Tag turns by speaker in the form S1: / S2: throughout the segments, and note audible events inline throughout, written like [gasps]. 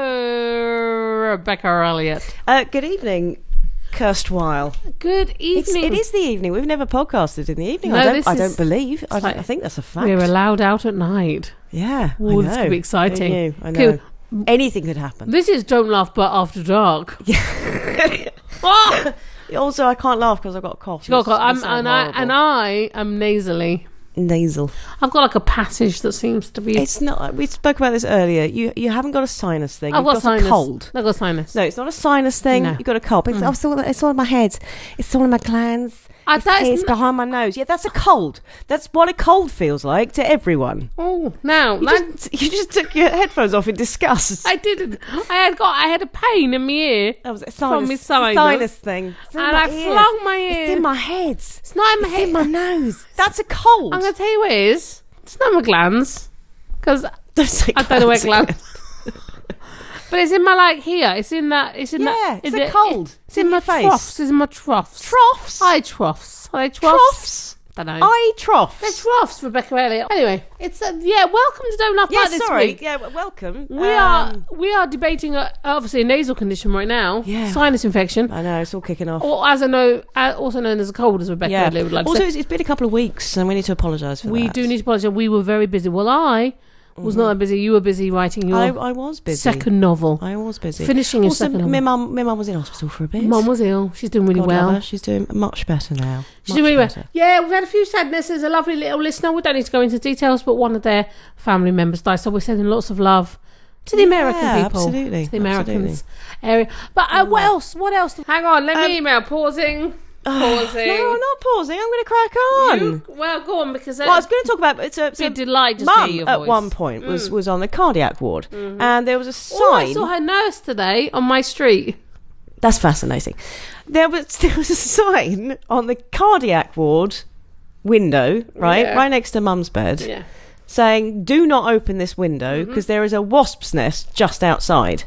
S1: Hello, Rebecca Elliott.
S2: Uh, good evening, Kirstwhile.
S1: Good
S2: It's,
S1: evening.
S2: it is the evening. We've never podcasted in the evening. I
S1: No,
S2: don't,
S1: this
S2: I
S1: is-
S2: don't believe. I,
S1: it's
S2: don't-
S1: like-
S2: I think that's a fact.
S1: We're allowed out at night.
S2: yeah. I
S1: Oh, this
S2: know.
S1: could be
S2: Who
S1: exciting.
S2: knew? I know.
S1: Cool.
S2: Anything could happen. [laughs]
S1: This is Don't Laugh But After Dark. Oh,
S2: Also, I can't laugh because I've got a cough.
S1: Chicago,
S2: It's-
S1: I'm,
S2: it's so
S1: Um, and, I,
S2: horrible.
S1: and I am nasally.
S2: nasal.
S1: I've got like a passage that seems to be.
S2: It's not. We spoke about this earlier. You you haven't got a sinus thing.
S1: I've
S2: You've
S1: got,
S2: got
S1: sinus.
S2: a cold.
S1: I've got sinus.
S2: No, it's not a sinus thing.
S1: No. Mm.
S2: You've got a cold. It's, it's, all, it's all in my head. It's all in my glands.
S1: I
S2: it's,
S1: thought it's
S2: here, it's
S1: n-
S2: behind my nose. Yeah, that's a cold. That's what a cold feels like to everyone.
S1: Oh, now
S2: You
S1: that-
S2: just, [laughs] you just took your headphones off in disgust.
S1: I didn't. I had got. I had a pain in my ear.
S2: that was a
S1: from
S2: sinus,
S1: my sinus.
S2: sinus thing. It's in
S1: And
S2: my
S1: I
S2: ears.
S1: flung my ear.
S2: It's in my head.
S1: It's not in my head.
S2: in my nose. That's a cold.
S1: I'm gonna tell you what it is. It's not my glands, because
S2: [laughs] Don't say
S1: I don't know where
S2: glands.
S1: glands. [laughs] but it's in my like here. It's in that. It's in
S2: Yeah,
S1: that.
S2: it's
S1: in
S2: a
S1: the-
S2: cold.
S1: It's in, my
S2: your face.
S1: troughs. It's in my troughs.
S2: Troughs.
S1: I troughs. I troughs.
S2: troughs.
S1: I don't know.
S2: I troughs.
S1: They're troughs, Rebecca Elliott. Anyway, it's uh, yeah. Welcome to Don't Laugh
S2: yeah,
S1: Like This
S2: sorry.
S1: Week.
S2: Yeah, w- welcome.
S1: We
S2: Um,
S1: are we are debating uh obviously a nasal condition right now.
S2: Yeah.
S1: Sinus infection,
S2: I know it's all kicking off.
S1: or as I know, uh, also known as a cold, as Rebecca Elliott would like to
S2: also,
S1: say.
S2: it's, it's been a couple of weeks, and we need to apologise for that.
S1: We do need to apologise. We were very busy. Well, I was not that busy. You were busy writing your
S2: I, I was busy.
S1: second novel,
S2: I was busy.
S1: finishing your
S2: also,
S1: second
S2: my
S1: novel.
S2: mum, my mum was in hospital for a bit.
S1: Mum was ill. She's doing really
S2: God love
S1: well.
S2: her, She's doing much better now.
S1: She's
S2: Much
S1: doing really well.
S2: better.
S1: Yeah, we've had a few sadnesses. A lovely little listener. We don't need to go into details, but one of their family members died. So we're sending lots of love to the American
S2: Yeah,
S1: people.
S2: absolutely, Mm.
S1: To the Americans. Area. But uh, what else? What else? Hang on. Let
S2: Um,
S1: me email. Pausing. Pausing.
S2: [sighs] No, I'm not pausing. I'm going to crack on.
S1: You- well, go on because uh,
S2: Well, I was going to talk about it's a,
S1: be
S2: so
S1: delighted to hear
S2: mum
S1: your
S2: at
S1: voice. Mm. Mm-hmm.
S2: one point was was on the cardiac ward, and there was a sign.
S1: oh, I saw her nurse today on my street.
S2: That's fascinating. There was [laughs] there was a sign on the cardiac ward window, right,
S1: Yeah.
S2: right next to Mum's bed,
S1: Yeah.
S2: saying, "Do not open this window
S1: Mm-hmm.
S2: because is a wasp's nest just outside."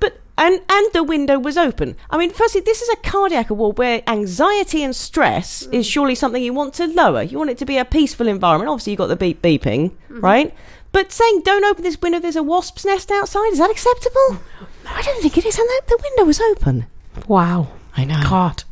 S2: But and and the window was open. I mean, firstly, this is a cardiac ward where anxiety and stress
S1: Mm-hmm.
S2: is surely something you want to lower. You want it to be a peaceful environment. Obviously, you have got the beep beeping,
S1: Mm-hmm.
S2: right? But saying, "Don't open this window. There's a wasp's nest outside." Is that acceptable? I don't think it is. And that the window was open.
S1: Wow.
S2: I know.
S1: God.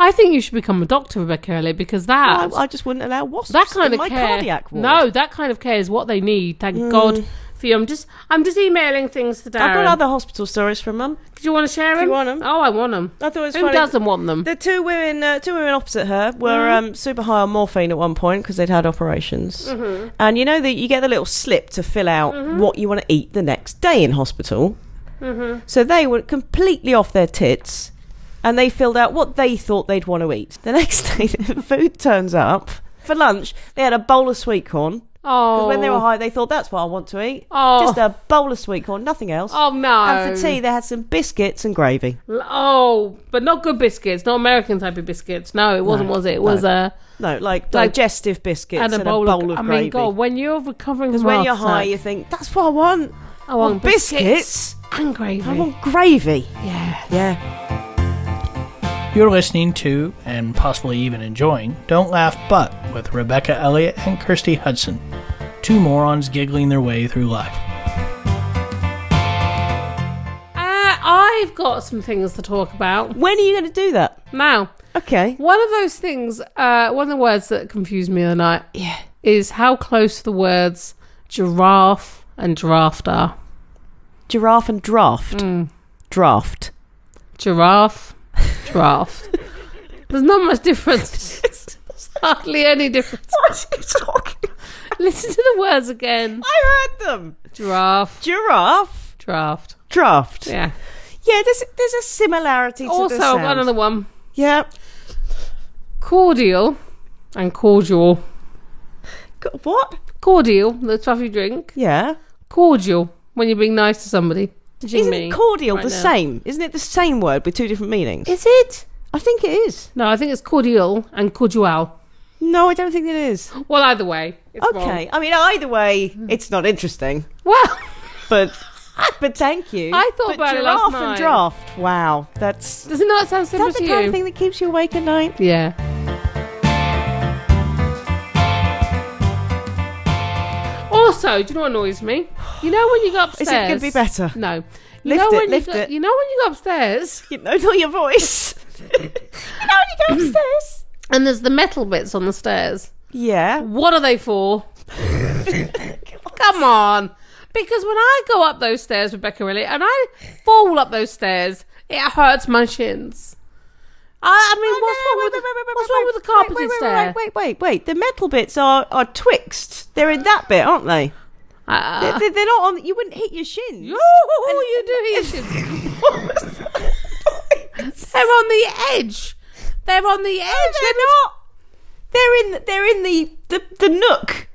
S1: I think you should become a doctor, Rebecca Early, because that
S2: I, I just wouldn't allow wasps
S1: that kind of
S2: in my
S1: care.
S2: cardiac ward. Mm.
S1: No, that kind of care is what they need. Thank God for you. I'm just I'm just emailing things to
S2: I've
S1: Darren.
S2: got other hospital stories from Mum.
S1: Do you want to share them?
S2: you want 'em.
S1: Oh, I want them.
S2: I thought it was
S1: Who
S2: funny.
S1: doesn't want them?
S2: The two women, uh, two women opposite her, were
S1: Mm-hmm.
S2: um, super high on morphine at one point because they'd had operations.
S1: Mm-hmm.
S2: And you know that you get the little slip to fill out what you want to eat the next day in hospital.
S1: Mm-hmm.
S2: So they were completely off their tits, and they filled out what they thought they'd want to eat. The [laughs] next day, the food turns up for lunch. They had a bowl of sweet corn.
S1: oh,
S2: Because when they were high, they thought that's what I want to eat.
S1: Oh.
S2: Just a bowl of sweet corn, nothing else.
S1: oh no.
S2: And for tea, they had some biscuits and gravy.
S1: L- Oh, but not good biscuits, not American type of biscuits. No, it wasn't,
S2: No,
S1: was it? It
S2: no.
S1: was uh,
S2: No, like
S1: Like-
S2: digestive biscuits
S1: and a bowl, of, I mean,
S2: gravy.
S1: God, when you're recovering
S2: Because
S1: from heart
S2: when you're high, you
S1: attack,
S2: think that's what I want.
S1: I want
S2: biscuits.
S1: and gravy.
S2: I want gravy.
S1: yeah.
S2: Yeah.
S3: You're listening to, and possibly even enjoying, Don't Laugh But with Rebecca Elliott and Kirsty Hudson, two morons giggling their way through life.
S1: Uh, I've got some things to talk about
S2: When are you going to do that?
S1: now.
S2: Okay.
S1: One of those things, uh, one of the words that confused me the other night
S2: Yeah.
S1: is how close the words giraffe and draft are.
S2: Giraffe and draft.
S1: Hmm. [laughs]
S2: Draft.
S1: Giraffe,
S2: [laughs]
S1: draft. There's not much difference. There's hardly any difference.
S2: What are you talking?
S1: [laughs] Listen to the words again.
S2: I heard them.
S1: Giraffe,
S2: Giraffe.
S1: draft.
S2: Draft. Yeah.
S1: Yeah.
S2: there's there's a similarity to
S1: Also,
S2: the
S1: I've
S2: sound.
S1: got another one.
S2: Yeah.
S1: Cordial and cordial.
S2: G- What?
S1: Cordial, the stuff you drink.
S2: Yeah.
S1: Cordial, when you're being nice to somebody. What do you
S2: Isn't
S1: mean?
S2: cordial
S1: right
S2: the
S1: now.
S2: same? Isn't it the same word with two different meanings?
S1: Is it?
S2: I think it is.
S1: No, I think it's cordial and cordial.
S2: No, I don't think it is.
S1: Well, either way, it's
S2: Okay. I mean, either way, it's not interesting.
S1: wrong. Well, [laughs]
S2: But but thank you.
S1: I thought
S2: but
S1: about it
S2: giraffe
S1: last
S2: and
S1: night.
S2: draft. Wow, that's
S1: doesn't that sound simple
S2: that's the
S1: to
S2: kind
S1: you?
S2: of thing that keeps you awake at night.
S1: yeah. Also, Also, do you know what annoys me? You know when you go
S2: Is
S1: upstairs.
S2: it going to be better?
S1: No. You
S2: Lift
S1: know
S2: it,
S1: when
S2: lift
S1: you go,
S2: it.
S1: You know when you go upstairs
S2: You know, not your voice. [laughs] you know, when you go upstairs.
S1: and there's the metal bits on the stairs.
S2: Yeah.
S1: What are they
S2: [laughs]
S1: for? Come on. Because when I go up those stairs, Rebecca really, and I fall up those stairs, it hurts my shins. I, I mean, what's,
S2: No,
S1: wrong with
S2: wait,
S1: the,
S2: wait, wait, wait,
S1: what's
S2: wait,
S1: wrong with the
S2: wait,
S1: carpeted
S2: wait, wait,
S1: stair?
S2: Wait, wait, wait, wait. The metal bits are, are twixt. They're in that bit, aren't they?
S1: Uh,
S2: [laughs] They're, they're not on. You wouldn't hit your shins. [laughs]
S1: oh, you do hear shins. [laughs] They're on the edge. They're on the edge.
S2: They're not. They're in. They're in the the, the nook.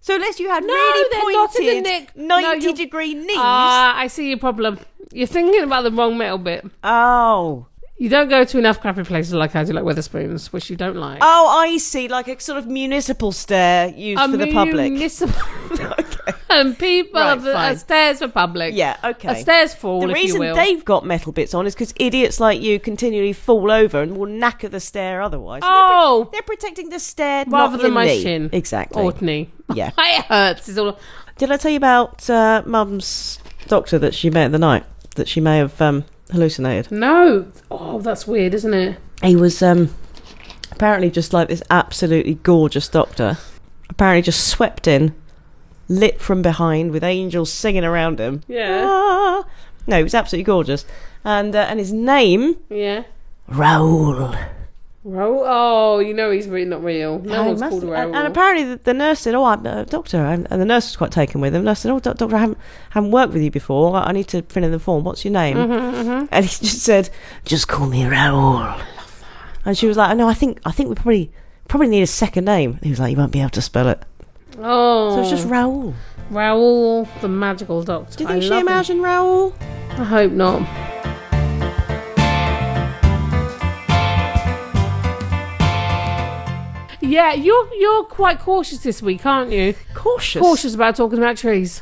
S2: So unless you had
S1: No,
S2: really
S1: they're not in the
S2: pointed
S1: nook. No,
S2: ninety
S1: you're-
S2: degree knees.
S1: Ah, I see your problem. You're thinking about the wrong metal bit.
S2: oh.
S1: You don't go to enough crappy places like I do, like Weatherspoons, which you don't like.
S2: Oh, I see. Like a sort of municipal stair used
S1: A
S2: for the public.
S1: municipal-
S2: [laughs] okay.
S1: [laughs] and people
S2: Right,
S1: of the
S2: fine.
S1: a stairs for public.
S2: Yeah.
S1: A
S2: Okay.
S1: stairs for all, if
S2: The
S1: you
S2: reason
S1: will.
S2: they've got metal bits on is because idiots like you continually fall over and will knacker the stair otherwise. So they're
S1: oh,
S2: pro- They're protecting the stair,
S1: Rather
S2: not
S1: than
S2: your
S1: my
S2: knee.
S1: shin.
S2: Exactly.
S1: Orkney.
S2: [laughs] Yeah.
S1: it hurts. It's all.
S2: Did I tell you about uh, Mum's doctor that she met the night that she may have um, hallucinated?
S1: No. Oh, that's weird, isn't it?
S2: He was um, apparently just like this absolutely gorgeous doctor. Apparently just swept in, lit from behind with angels singing around him.
S1: Yeah.
S2: Ah. No, he was absolutely gorgeous, and uh, and his name
S1: Yeah.
S2: Raoul.
S1: Ro- oh, you know he's really not real. No
S2: I
S1: one's
S2: must-
S1: called Raoul.
S2: And, and apparently the, the nurse said, "Oh, I'm a doctor," and, and the nurse was quite taken with him. The nurse said, "Oh, doc- doctor, I haven't, haven't worked with you before. I I need to fill in the form. What's your name?"
S1: Mm-hmm,
S2: And he [laughs] just said, "Just call me Raoul." And she was like, "No, I think I think we probably probably need a second name." And he was like, "You won't be able to spell it."
S1: oh,
S2: So it's just Raoul.
S1: Raoul, the magical doctor.
S2: Do you think
S1: I
S2: she
S1: love him.
S2: imagined Raoul?
S1: I hope not. Yeah, you're you're quite cautious this week, aren't you?
S2: Cautious.
S1: Cautious about talking about trees.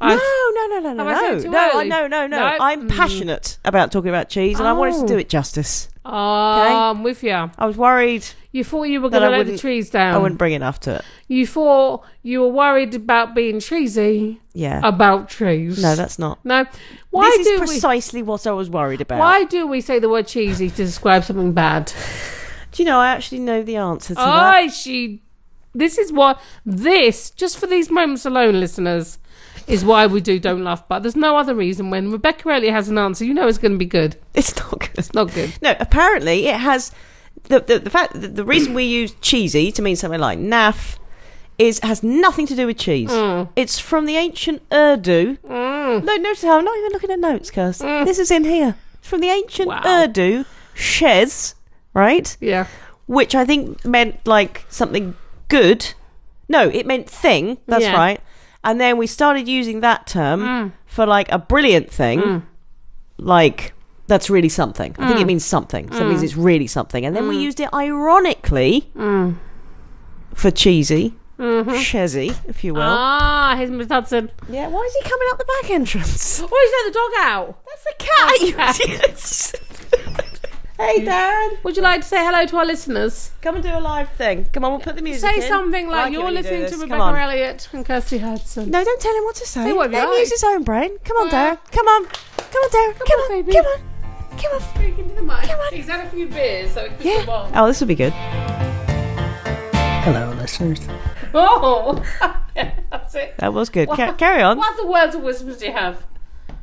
S2: No,
S1: I've-
S2: no, no, no, no,
S1: Have I said
S2: no,
S1: it too
S2: no, I-
S1: early?
S2: no, no, no.
S1: No?
S2: I'm
S1: Mm.
S2: passionate about talking about cheese, and I wanted to
S1: Oh.
S2: do it justice.
S1: Oh, I'm with you.
S2: I was worried
S1: You thought you were
S2: That
S1: going to
S2: I
S1: let the
S2: wouldn't-
S1: trees down.
S2: I wouldn't bring enough to it.
S1: You thought you were worried about being treesy
S2: Yeah.
S1: about trees.
S2: No, that's not.
S1: no. Why
S2: this is
S1: do we?
S2: precisely what I was worried about.
S1: Why do we say the word cheesy to describe something
S2: [laughs]
S1: bad?
S2: Do you know? I actually know the answer to that.
S1: I she. This is what this just for these moments alone, listeners, is why we do don't laugh. But there's no other reason. When Rebecca Elliott has an answer, you know it's going to be good.
S2: It's not good.
S1: Not good.
S2: No, apparently it has. The, the, the fact the, the reason we use cheesy to mean something like naff is has nothing to do with cheese. It's from the ancient Urdu. No, notice how I'm not even looking at notes, Kirst. This is in here. It's from the ancient
S1: Wow.
S2: Urdu, shez, right?
S1: Yeah.
S2: which I think meant like something good. No, it meant thing. That's
S1: Yeah.
S2: right. And then we started using that term for like a brilliant thing, like that's really something. I think it means something. So it means it's really something. And then we used it ironically for cheesy, chezzy, if you will.
S1: Ah, here's Miss Hudson.
S2: yeah. Why is he coming out the
S1: [laughs]
S2: back entrance?
S1: Oh, he's let the dog out.
S2: That's the cat. [laughs] hey, Darren,
S1: Would you like to say hello to our listeners?
S2: come and do a live thing. Come on, we'll put the music.
S1: Say
S2: in.
S1: something
S2: I
S1: like,
S2: it
S1: you're
S2: when you do
S1: listening to
S2: this. Come
S1: Rebecca
S2: on.
S1: Elliott and Kirsty Hudson.
S2: No, don't tell him what to say.
S1: Say what you
S2: Let him
S1: like.
S2: use his own brain. Come on,
S1: Yeah.
S2: Darren. Come on. Come on, Darren. Come,
S1: on,
S2: on,
S1: baby.
S2: Come on. Come on.
S1: Speaking to the mic.
S2: Come on.
S1: He's had a few beers, so it could
S2: Yeah.
S1: be [laughs] wrong.
S2: Oh, this would be good.
S3: Hello, listeners.
S1: Oh, [laughs] that's it.
S2: That was good.
S1: What-
S2: Ca- carry on.
S1: What other words of wisdoms do you have?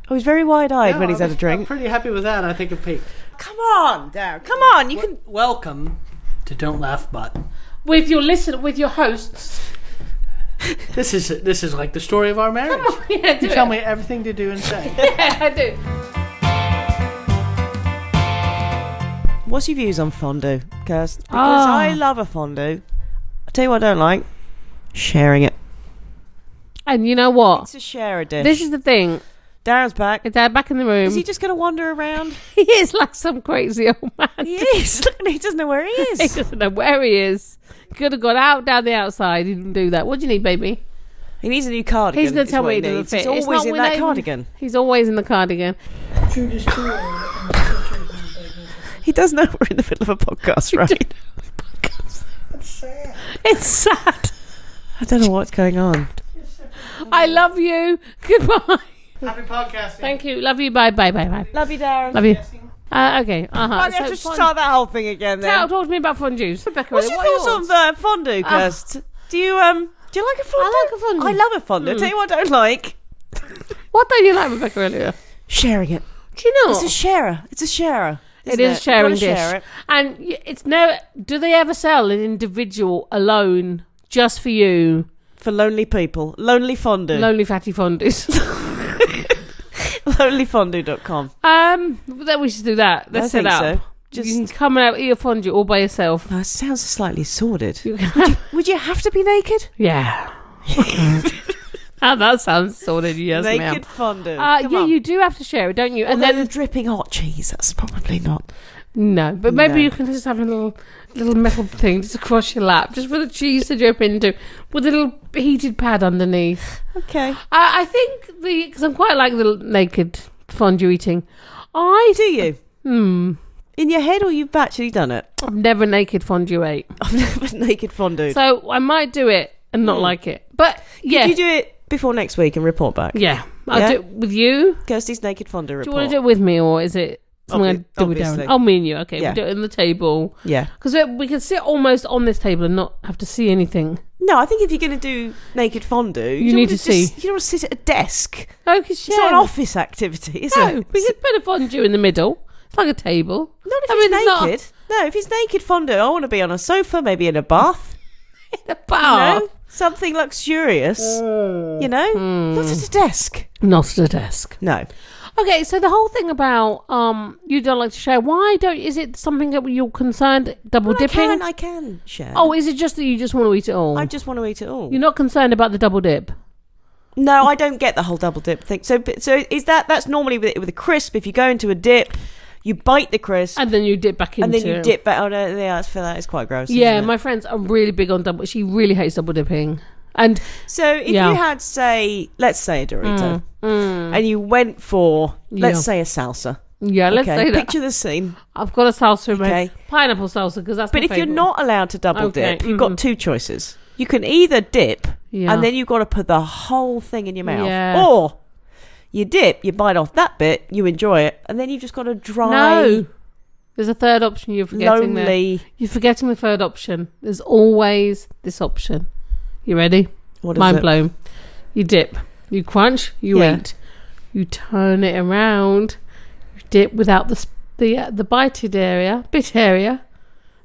S2: Oh, he's very wide-eyed
S3: No,
S2: when
S3: I
S2: he's had a
S3: was- I'm
S2: drink.
S3: pretty happy with that. I think it peaked.
S2: Come on, Darren. Come on. You can.
S3: Welcome to Don't Laugh But.
S1: With your listen, with your hosts. [laughs]
S3: This is this is like the story of our marriage.
S1: Oh, yeah, do
S3: You tell
S1: it.
S3: me everything to do and say.
S1: [laughs] Yeah, I do.
S2: What's your views on fondue, Kirst? Because
S1: Ah.
S2: I love a fondue. I tell you what I don't like. Sharing it.
S1: And you know what?
S2: It's a share a dish.
S1: This is the thing.
S2: Darren's back.
S1: They're back in the room.
S2: Is he just going to wander around?
S1: [laughs] he is like some crazy old man. [laughs]
S2: he is. [laughs] Look, at him, he doesn't know where he
S1: He
S2: [laughs] is.
S1: doesn't know where he is. Could have gone out down the outside. He didn't do that. What do you need, baby?
S2: He needs a new cardigan.
S1: He's gonna
S2: is
S1: tell
S2: what
S1: me
S2: he
S1: it doesn't
S2: needs.
S1: fit.
S2: He's
S1: It's
S2: always
S1: not
S2: in
S1: when
S2: that
S1: they-
S2: cardigan.
S1: He's always in the [laughs] cardigan.
S2: [laughs] He does know we're in the middle of a podcast, right?
S1: It's sad. [laughs]
S2: I don't know what's going on.
S1: I love you. Goodbye.
S3: Happy podcasting.
S1: Thank you. Love you. Bye. Bye. Bye. Bye.
S2: Love you, Darren.
S1: Love you. Uh, okay. Uh-huh.
S2: Might Oh, have
S1: So
S2: to
S1: fond-
S2: start that whole thing again then.
S1: Tell, talk to me about fondues. Rebecca,
S2: What's
S1: really,
S2: your
S1: what are
S2: thoughts on uh, fondue, Kirst? do you um do you like a fondue?
S1: like a fondue.
S2: I love a fondue. Tell you what I don't like.
S1: What don't you like, Rebecca earlier?
S2: Sharing it.
S1: Do you know?
S2: It's a sharer. It's a sharer.
S1: it
S2: isn't
S1: is a sharing
S2: You've gotta
S1: dish,
S2: share it.
S1: and y- it's no. Do they ever sell an individual alone, just for you,
S2: for lonely people. Lonely fondue.
S1: lonely fatty fondues? [laughs]
S2: [laughs] Lonelyfondue.com.
S1: um, then we should do that. Let's
S2: I
S1: set
S2: think
S1: up.
S2: so.
S1: You can
S2: Just
S1: come and have- eat a fondue all by yourself.
S2: that sounds slightly sordid.
S1: You can
S2: [laughs]
S1: have-
S2: Would you have to be naked? [laughs]
S1: yeah. [laughs] Ah, that sounds sorted. Yes,
S2: naked
S1: ma'am.
S2: fondue.
S1: Uh,
S2: Come
S1: yeah,
S2: on.
S1: you do have to share it, don't you? And
S2: Although
S1: then
S2: the dripping hot cheese. That's probably not.
S1: No, but maybe
S2: No.
S1: you can just have a little little metal thing just across your lap, just for the cheese to drip into, with a little heated pad underneath.
S2: Okay.
S1: I, I think the because I'm quite like the l- naked fondue eating. I
S2: Do you?
S1: hmm,
S2: In your head, or you've actually done it? [laughs]
S1: I've never naked fondue ate,
S2: I've never naked fondue.
S1: so I might do it and not
S2: Hmm.
S1: like it. But yeah,
S2: Could you do it before next week and report back?
S1: yeah, I'll
S2: Yeah?
S1: do it with you.
S2: Kirsty's naked fondue
S1: Mm.
S2: report.
S1: Do you want to do it with me or is it? Something
S2: Obvi-
S1: I do with Darren.
S2: obviously.
S1: Oh, me and you. Okay,
S2: Yeah.
S1: we do it on the table
S2: Yeah.
S1: because we, we can sit almost on this table and not have to see anything.
S2: No, I think if you're going to do naked fondue,
S1: need
S2: you, wanna
S1: to
S2: just-
S1: see.
S2: You don't want to sit at a desk.
S1: Oh, because
S2: It's not an office activity, is
S1: No,
S2: it?
S1: we could put a fondue in the middle. It's like a [laughs] table.
S2: Not if
S1: I
S2: he's
S1: mean, it's not-
S2: naked. No, if he's naked fondue, I want to be on a sofa, maybe in a bath.
S1: A bar.
S2: You know? Something luxurious. You know?
S1: hmm.
S2: Not at a desk.
S1: Not at a desk.
S2: No.
S1: Okay, so the whole thing about um, you don't like to share. Why don't? Is it something that you're concerned double
S2: I
S1: dipping?
S2: can, I can share.
S1: oh, is it just that you just want to eat it all?
S2: I just want to eat it all.
S1: you're not concerned about the double dip.
S2: No, I don't get the whole double dip thing. So, but- so is that that's normally with, with a crisp? If you go into a dip, you bite the crisp
S1: And then you dip back into.
S2: and then you dip back. Oh no, yeah, I feel that is quite gross.
S1: Yeah,
S2: isn't it?
S1: my friends are really big on double. She really hates double dipping. And
S2: So if
S1: Yeah.
S2: you had say, let's say a Dorito, and you went for let's
S1: Yeah.
S2: say a salsa.
S1: mm, yeah, let's
S2: okay,
S1: say that
S2: picture the scene.
S1: I've got a salsa, in [laughs] my
S2: Okay.
S1: pineapple salsa, because that's.
S2: But
S1: my
S2: if you're
S1: favourite.
S2: not allowed to double
S1: Okay,
S2: dip, you've
S1: mhm.
S2: got two choices. You can either dip,
S1: Yeah.
S2: and then you've got to put the whole thing in your mouth,
S1: Yeah.
S2: or you dip, you bite off that bit, you enjoy it, and then you've just got a dry.
S1: no, there's a third option you're forgetting there.
S2: lonely.
S1: You're forgetting the third option. There's always this option. You ready?
S2: What is
S1: Mind
S2: it?
S1: blown. You dip, you crunch, you
S2: Yeah.
S1: eat, you turn it around, you dip without the sp- the uh, the bited area, bit area.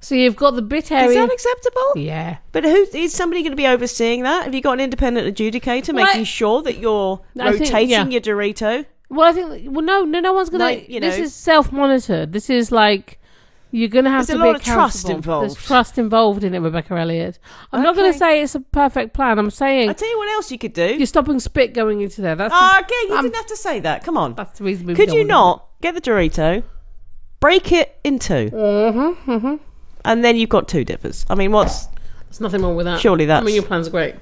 S1: So you've got the bit
S2: Is
S1: area.
S2: that acceptable?
S1: [laughs] yeah.
S2: But who is somebody going to be overseeing that? Have you got an independent adjudicator
S1: Well, I-
S2: making sure that you're
S1: I think-
S2: rotating
S1: yeah.
S2: your Dorito?
S1: Well, I think. Well, no, no, no one's gonna.
S2: Like, you
S1: this
S2: know-
S1: is self-monitored. This is like. You're gonna have
S2: There's
S1: to
S2: a
S1: be
S2: lot of trust
S1: accountable.
S2: involved.
S1: There's trust involved in it, Rebecca Elliott. I'm not gonna
S2: Okay.
S1: say it's a perfect plan. I'm saying
S2: I tell you what else you could do.
S1: you're stopping spit going into there. That's the
S2: Ah, okay, you
S1: I'm-
S2: didn't have to say that. Come on.
S1: That's the reason we
S2: Could you not get the Dorito, break it in 2
S1: Mm-hmm, mm-hmm.
S2: and then you've got two dippers? I mean, what's?
S1: There's nothing wrong with that.
S2: Surely
S1: I
S2: that's.
S1: mean, your plan's great.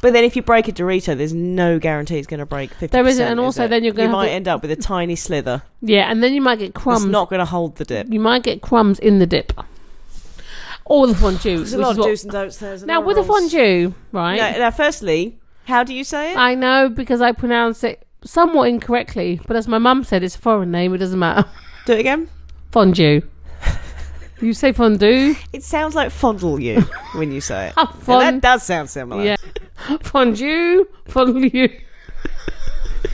S2: But then if you break a Dorito, there's no guarantee it's going to break fifty.
S1: There isn't, and also then you're gonna
S2: you
S1: have
S2: might
S1: to-
S2: end up with a tiny slither.
S1: Yeah, and then you might get
S2: It's
S1: crumbs.
S2: not going to hold the dip.
S1: you might get crumbs in the dip. Or the fondue.
S2: There's a
S1: which
S2: lot
S1: is
S2: of
S1: what-
S2: do's and don'ts there. there's a
S1: Now,
S2: lot of
S1: with a
S2: rules.
S1: fondue, right? Ah.
S2: No, now, firstly, how do you say it?
S1: I know because I pronounce it somewhat incorrectly, but as my mum said, it's a foreign name. It doesn't matter. [laughs]
S2: Do it again.
S1: Fondue. you say fondue?
S2: It sounds like
S1: [laughs]
S2: fondle you when you say it.
S1: I'm
S2: Now, that
S1: fond-
S2: does sound similar.
S1: Yeah. [laughs] Fondue, fondue.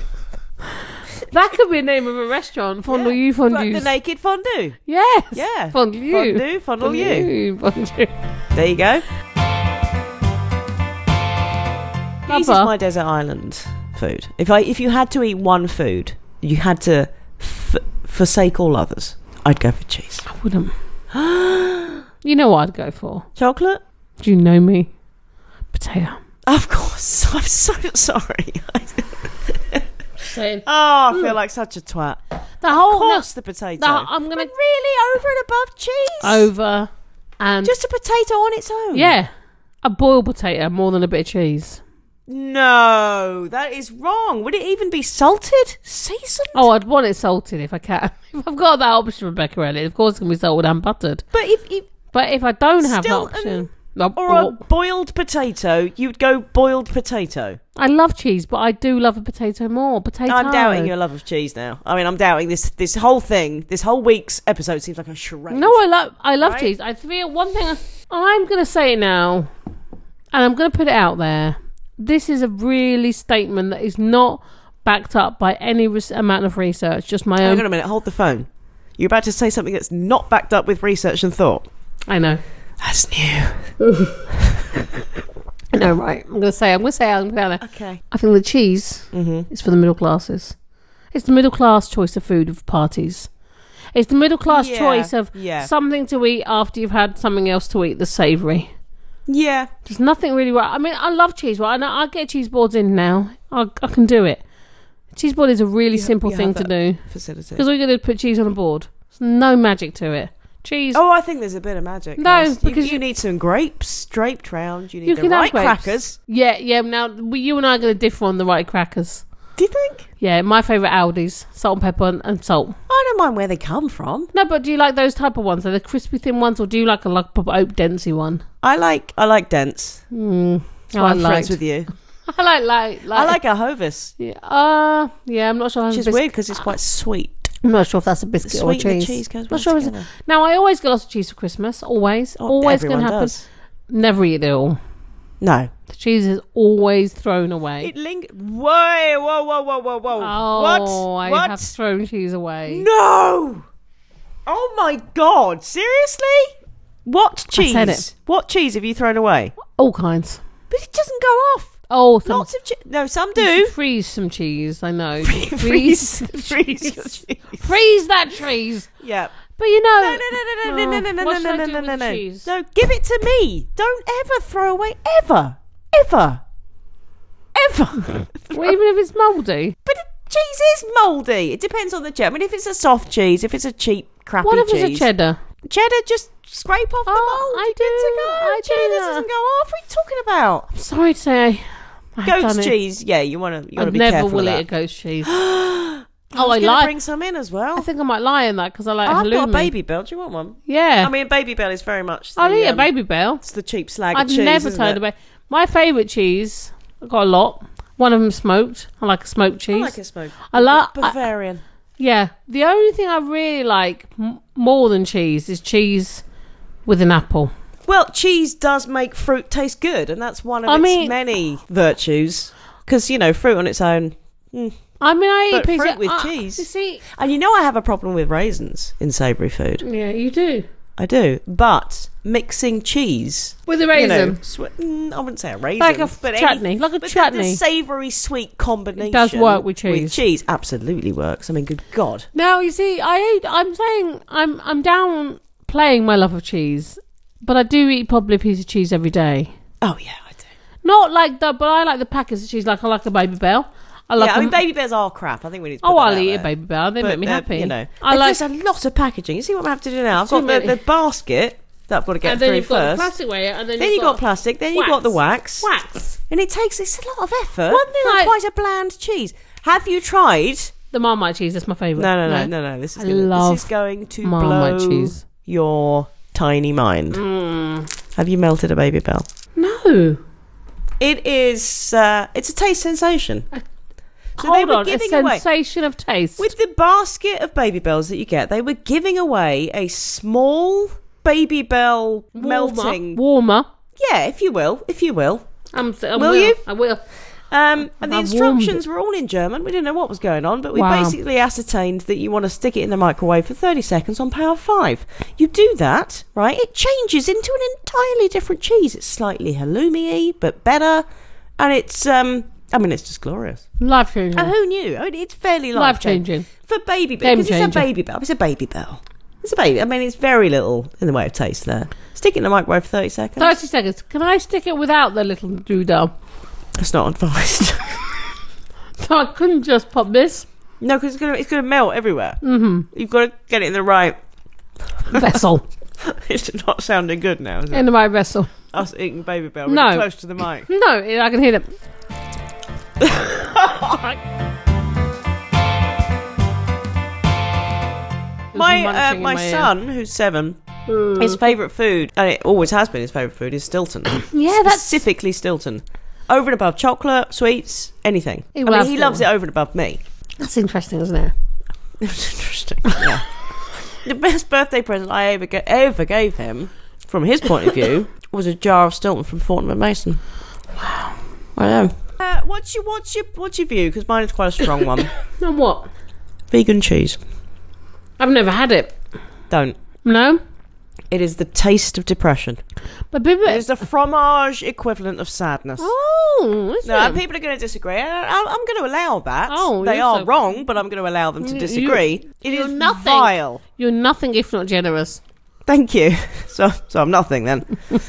S1: [laughs] that could be a name of a restaurant. Fondue, you
S2: Like
S1: fondue.
S2: the naked fondue.
S1: yes.
S2: Yeah.
S1: Fondue.
S2: Fondue, fondle
S1: [laughs]
S2: you.
S1: Fondue.
S2: There you go. This is
S1: Papa.
S2: my desert island food. If I if you had to eat one food, you had to f- forsake all others. I'd go for cheese. [gasps]
S1: I wouldn't. you know what I'd go for?
S2: Chocolate?
S1: Do you know me? Potato.
S2: Of course. [laughs] I'm so sorry.
S1: Saying
S2: [laughs] Oh, I feel like such a twat. Oh,
S1: the whole
S2: Of course, the potato.
S1: No, no, I'm gonna
S2: But really, over and above cheese?
S1: over and
S2: Just a potato on its own?
S1: yeah, a boiled potato more than a bit of cheese.
S2: No, that is wrong. Would it even be salted? Seasoned?
S1: Oh, I'd want it salted if I can. [laughs] if I've got that option, Rebecca Elliott, of course it can be salted and buttered.
S2: But if, if
S1: But if I don't have
S2: Still,
S1: that option, Nope.
S2: Or a boiled potato, you'd go boiled potato.
S1: I love cheese, but I do love a potato more. Potato.
S2: I'm doubting your love of cheese now. I mean, I'm doubting this this whole thing. This whole week's episode seems like a charade.
S1: No, I love I love
S2: Right?
S1: cheese. I feel one thing. I'm gonna say it now, and I'm gonna put it out there. This is a really statement that is not backed up by any res- amount of research. Just my
S2: Hang
S1: own.
S2: on a minute. Hold the phone. You're about to say something that's not backed up with research and thought.
S1: I know.
S2: That's new.
S1: I know, right? I'm gonna say. I'm gonna say. I'm gonna say.
S2: Okay.
S1: I think the cheese
S2: Mm-hmm.
S1: is for the middle classes. It's the middle class choice of food of parties. It's the middle class
S2: Yeah,
S1: choice of
S2: yeah.
S1: something to eat after you've had something else to eat, the savoury.
S2: Yeah.
S1: There's nothing really right. I mean, I love cheese. Right, I know I get cheese boards in now. I, I can do it. Cheese board is a really simple
S2: you
S1: thing
S2: have
S1: to
S2: that.
S1: do
S2: Facility.
S1: because all you got to put cheese on a board. There's no magic to it. Cheese.
S2: Oh, I think there's a bit of magic.
S1: No,
S2: yes. You-
S1: because
S2: you,
S1: you-
S2: need some grapes draped round. You need
S1: You
S2: the
S1: can have
S2: right
S1: grapes.
S2: crackers.
S1: Yeah, yeah. Now we- you and I are going to differ on the right crackers.
S2: Do you think?
S1: Yeah, my favourite Aldi's salt and pepper and, and salt.
S2: I don't mind where they come from.
S1: No, but do you like those type of ones? Are the crispy thin ones, or do you like a like proper oat densey one?
S2: I like I like dense.
S1: Mm.
S2: That's
S1: Oh,
S2: why
S1: I
S2: I'm
S1: like.
S2: friends with you.
S1: [laughs] I like like like.
S2: I like a hovis,
S1: Yeah. Uh, yeah. I'm not sure.
S2: which
S1: how
S2: is
S1: bis-
S2: weird because it's quite sweet.
S1: I'm not sure if that's a biscuit
S2: Sweet
S1: or
S2: and the
S1: cheese.
S2: cheese goes
S1: Not
S2: well
S1: sure if it's-
S2: together.
S1: Now I always get lots of cheese for Christmas. Always,
S2: Oh,
S1: always
S2: everyone
S1: going to happen.
S2: does.
S1: Never eat it all.
S2: No.
S1: The cheese is always thrown away.
S2: It ling. Whoa! Whoa! Whoa! Whoa! Whoa! Whoa!
S1: oh,
S2: what?
S1: I
S2: what?
S1: have thrown cheese away.
S2: No! Oh my god! Seriously? What cheese?
S1: said it.
S2: What cheese have you thrown away?
S1: All kinds.
S2: But it doesn't go off.
S1: Oh, some,
S2: Lots of cheese. No, some
S1: you [laughs] should
S2: do.
S1: freeze some cheese. I know.
S2: [laughs] freeze,
S1: the
S2: freeze your
S1: cheese.
S2: cheese.
S1: Freeze that cheese.
S2: [laughs] Yeah.
S1: But you know.
S2: No, no, no, no, no, no, no,
S1: Oh,
S2: no,
S1: what should
S2: no,
S1: I
S2: no,
S1: do
S2: no,
S1: with
S2: no,
S1: the
S2: no.
S1: cheese?
S2: No, give it to me. Don't ever throw away. Ever,
S1: [laughs]
S2: ever, ever.
S1: Well, even if it's mouldy.
S2: But cheese is mouldy. It depends on the cheese. I mean, if it's a soft cheese, if it's a cheap, crappy
S1: What if
S2: cheese,
S1: it's a cheddar?
S2: cheddar, just scrape off
S1: Oh,
S2: the mould.
S1: I do. I
S2: It's a go.
S1: do
S2: cheddar
S1: that.
S2: doesn't go off. What are you talking about?
S1: I'm sorry to say, I, I've done
S2: Goat's
S1: it.
S2: cheese. Yeah, you want to. You
S1: I
S2: want to be
S1: never
S2: careful
S1: will
S2: with
S1: eat
S2: that.
S1: a goat's cheese.
S2: [gasps] I
S1: oh,
S2: was
S1: I
S2: gonna
S1: like.
S2: bring some in as
S1: I
S2: well.
S1: think I might lie in that because I like
S2: I've
S1: halloumi.
S2: got a baby bell. Do you want one?
S1: Yeah,
S2: I mean, baby bell is very much. The,
S1: I'll eat a
S2: um,
S1: baby bell.
S2: It's the cheap slag. of
S1: I've
S2: cheese,
S1: never
S2: isn't
S1: turned
S2: it?
S1: away. My favourite cheese. I got a lot. One of them smoked. I like a smoked
S2: I
S1: cheese.
S2: like a smoke.
S1: I like. I-
S2: Bavarian.
S1: yeah, the only thing I really like m- more than cheese is cheese with an apple.
S2: Well, cheese does make fruit taste good, and that's one of
S1: I
S2: its
S1: mean-
S2: many virtues. Because you know, fruit on its own.
S1: I mean, I eat
S2: But
S1: a piece
S2: fruit
S1: of,
S2: with
S1: I-
S2: cheese.
S1: You see,
S2: And you know, I have a problem with raisins in savoury food.
S1: yeah, you do
S2: I do, but mixing cheese.
S1: with a
S2: You
S1: raisin.
S2: know, sw- mm, I wouldn't say a raisin,
S1: Like a
S2: but
S1: chutney, like a
S2: but
S1: chutney.
S2: The savoury sweet combination
S1: does work with cheese.
S2: cheese absolutely works. I mean, good God,
S1: Now you see, I eat, I'm saying I'm I'm down playing my love of cheese, but I do eat probably a piece of cheese every day.
S2: oh yeah, I do.
S1: Not like the, but I like the packets of cheese. Like I like a baby bell. I like.
S2: yeah, I mean,
S1: a-
S2: baby bears are crap. I think we need. To put
S1: oh,
S2: that
S1: I'll
S2: out
S1: eat a
S2: there.
S1: baby bell. They
S2: But
S1: make me
S2: they're-
S1: happy.
S2: You know,
S1: I
S2: But
S1: like.
S2: There's a lot of packaging. You see what I have to do now? I've
S1: Too
S2: got the,
S1: many.
S2: the basket that I've got to get
S1: and then
S2: through
S1: you've got the
S2: first.
S1: plastic way, and then,
S2: then
S1: you've
S2: you got, plastic. Then you got the wax.
S1: wax.
S2: And it takes it's a lot of effort.
S1: One thing
S2: for
S1: I-
S2: quite a bland cheese. Have you tried?
S1: The Marmite cheese. That's my favorite.
S2: No, no, no, no, no. This is
S1: I
S2: gonna,
S1: love
S2: this is going to blow
S1: Marmite cheese. Mm.
S2: your tiny mind. Have you melted a baby bell?
S1: No.
S2: It is. Uh, it's a taste sensation. So they
S1: Hold
S2: were
S1: on. A
S2: giving away-
S1: sensation of taste.
S2: With the basket of baby bells that you get, they were giving away a small baby bell
S1: Warmer.
S2: melting.
S1: Warmer.
S2: Yeah, if you will, if you will.
S1: I'm, si
S2: Will you?
S1: I will.
S2: Um, and the
S1: I warmed
S2: instructions were all in German. We didn't know what was going on, but we
S1: Wow.
S2: basically ascertained that you want to stick it in the microwave for 30 seconds on power 5. You do that, right? It changes into an entirely different cheese. It's slightly halloumi but better. And it's, um, I mean, it's just glorious.
S1: Life changing.
S2: And Oh, who knew? I mean, It's fairly
S1: Life
S2: life-changing.
S1: changing.
S2: for baby
S1: Game
S2: bell because it's a
S1: changer.
S2: baby bell. It's a baby bell. It's a baby. I mean, it's very little in the way of taste there. Stick it in the microwave for thirty seconds.
S1: 30 seconds. Can I stick it without the little doodah?
S2: That's not advised.
S1: [laughs]
S2: [laughs]
S1: So I couldn't just pop this
S2: no, because it's gonna it's gonna melt everywhere. Mm-hmm. You've got to get it in the right.
S1: vessel.
S2: [laughs] It's not sounding good now, is it?
S1: in my vessel.
S2: Us eating baby bell really
S1: Um, No.
S2: close to
S1: [laughs]
S2: the mic.
S1: No, I can
S2: [laughs]
S1: hear them.
S2: uh, my uh, my son, who's seven,
S1: Hmm.
S2: His favourite food, and it always has been his favourite food, is Stilton.
S1: [coughs] Yeah, that's
S2: Specifically Stilton. Over and above chocolate, sweets, anything.
S1: He
S2: I mean,
S1: loves
S2: he
S1: it.
S2: loves it over and above me. [laughs]
S1: that's interesting, isn't it?
S2: It's interesting. Yeah. the best birthday present I ever, ga- ever gave him, from his point
S1: [laughs]
S2: of view, was a jar of Stilton from Fortnum and Mason. Wow. I know. Uh, what's your what's your what's your view? Because mine is quite a
S1: [coughs]
S2: strong one.
S1: And what?
S2: Vegan cheese.
S1: I've never had it.
S2: Don't.
S1: No,
S2: It is the taste of depression.
S1: but people.
S2: It is the fromage equivalent of sadness.
S1: oh, is
S2: No,
S1: it?
S2: and people are going to disagree. and I, I'm going to allow that.
S1: Oh,
S2: they
S1: you're
S2: are
S1: so-
S2: wrong, but I'm going to allow them to
S1: You-
S2: disagree. it
S1: you're
S2: is
S1: nothing.
S2: vile.
S1: You're nothing if not generous.
S2: Thank you. [laughs] So, so I'm nothing then.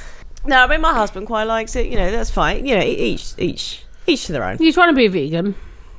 S2: [laughs] no, I mean my husband quite likes it. You know, that's fine. You know, e- each, each, each to their own.
S1: You trying to be a vegan?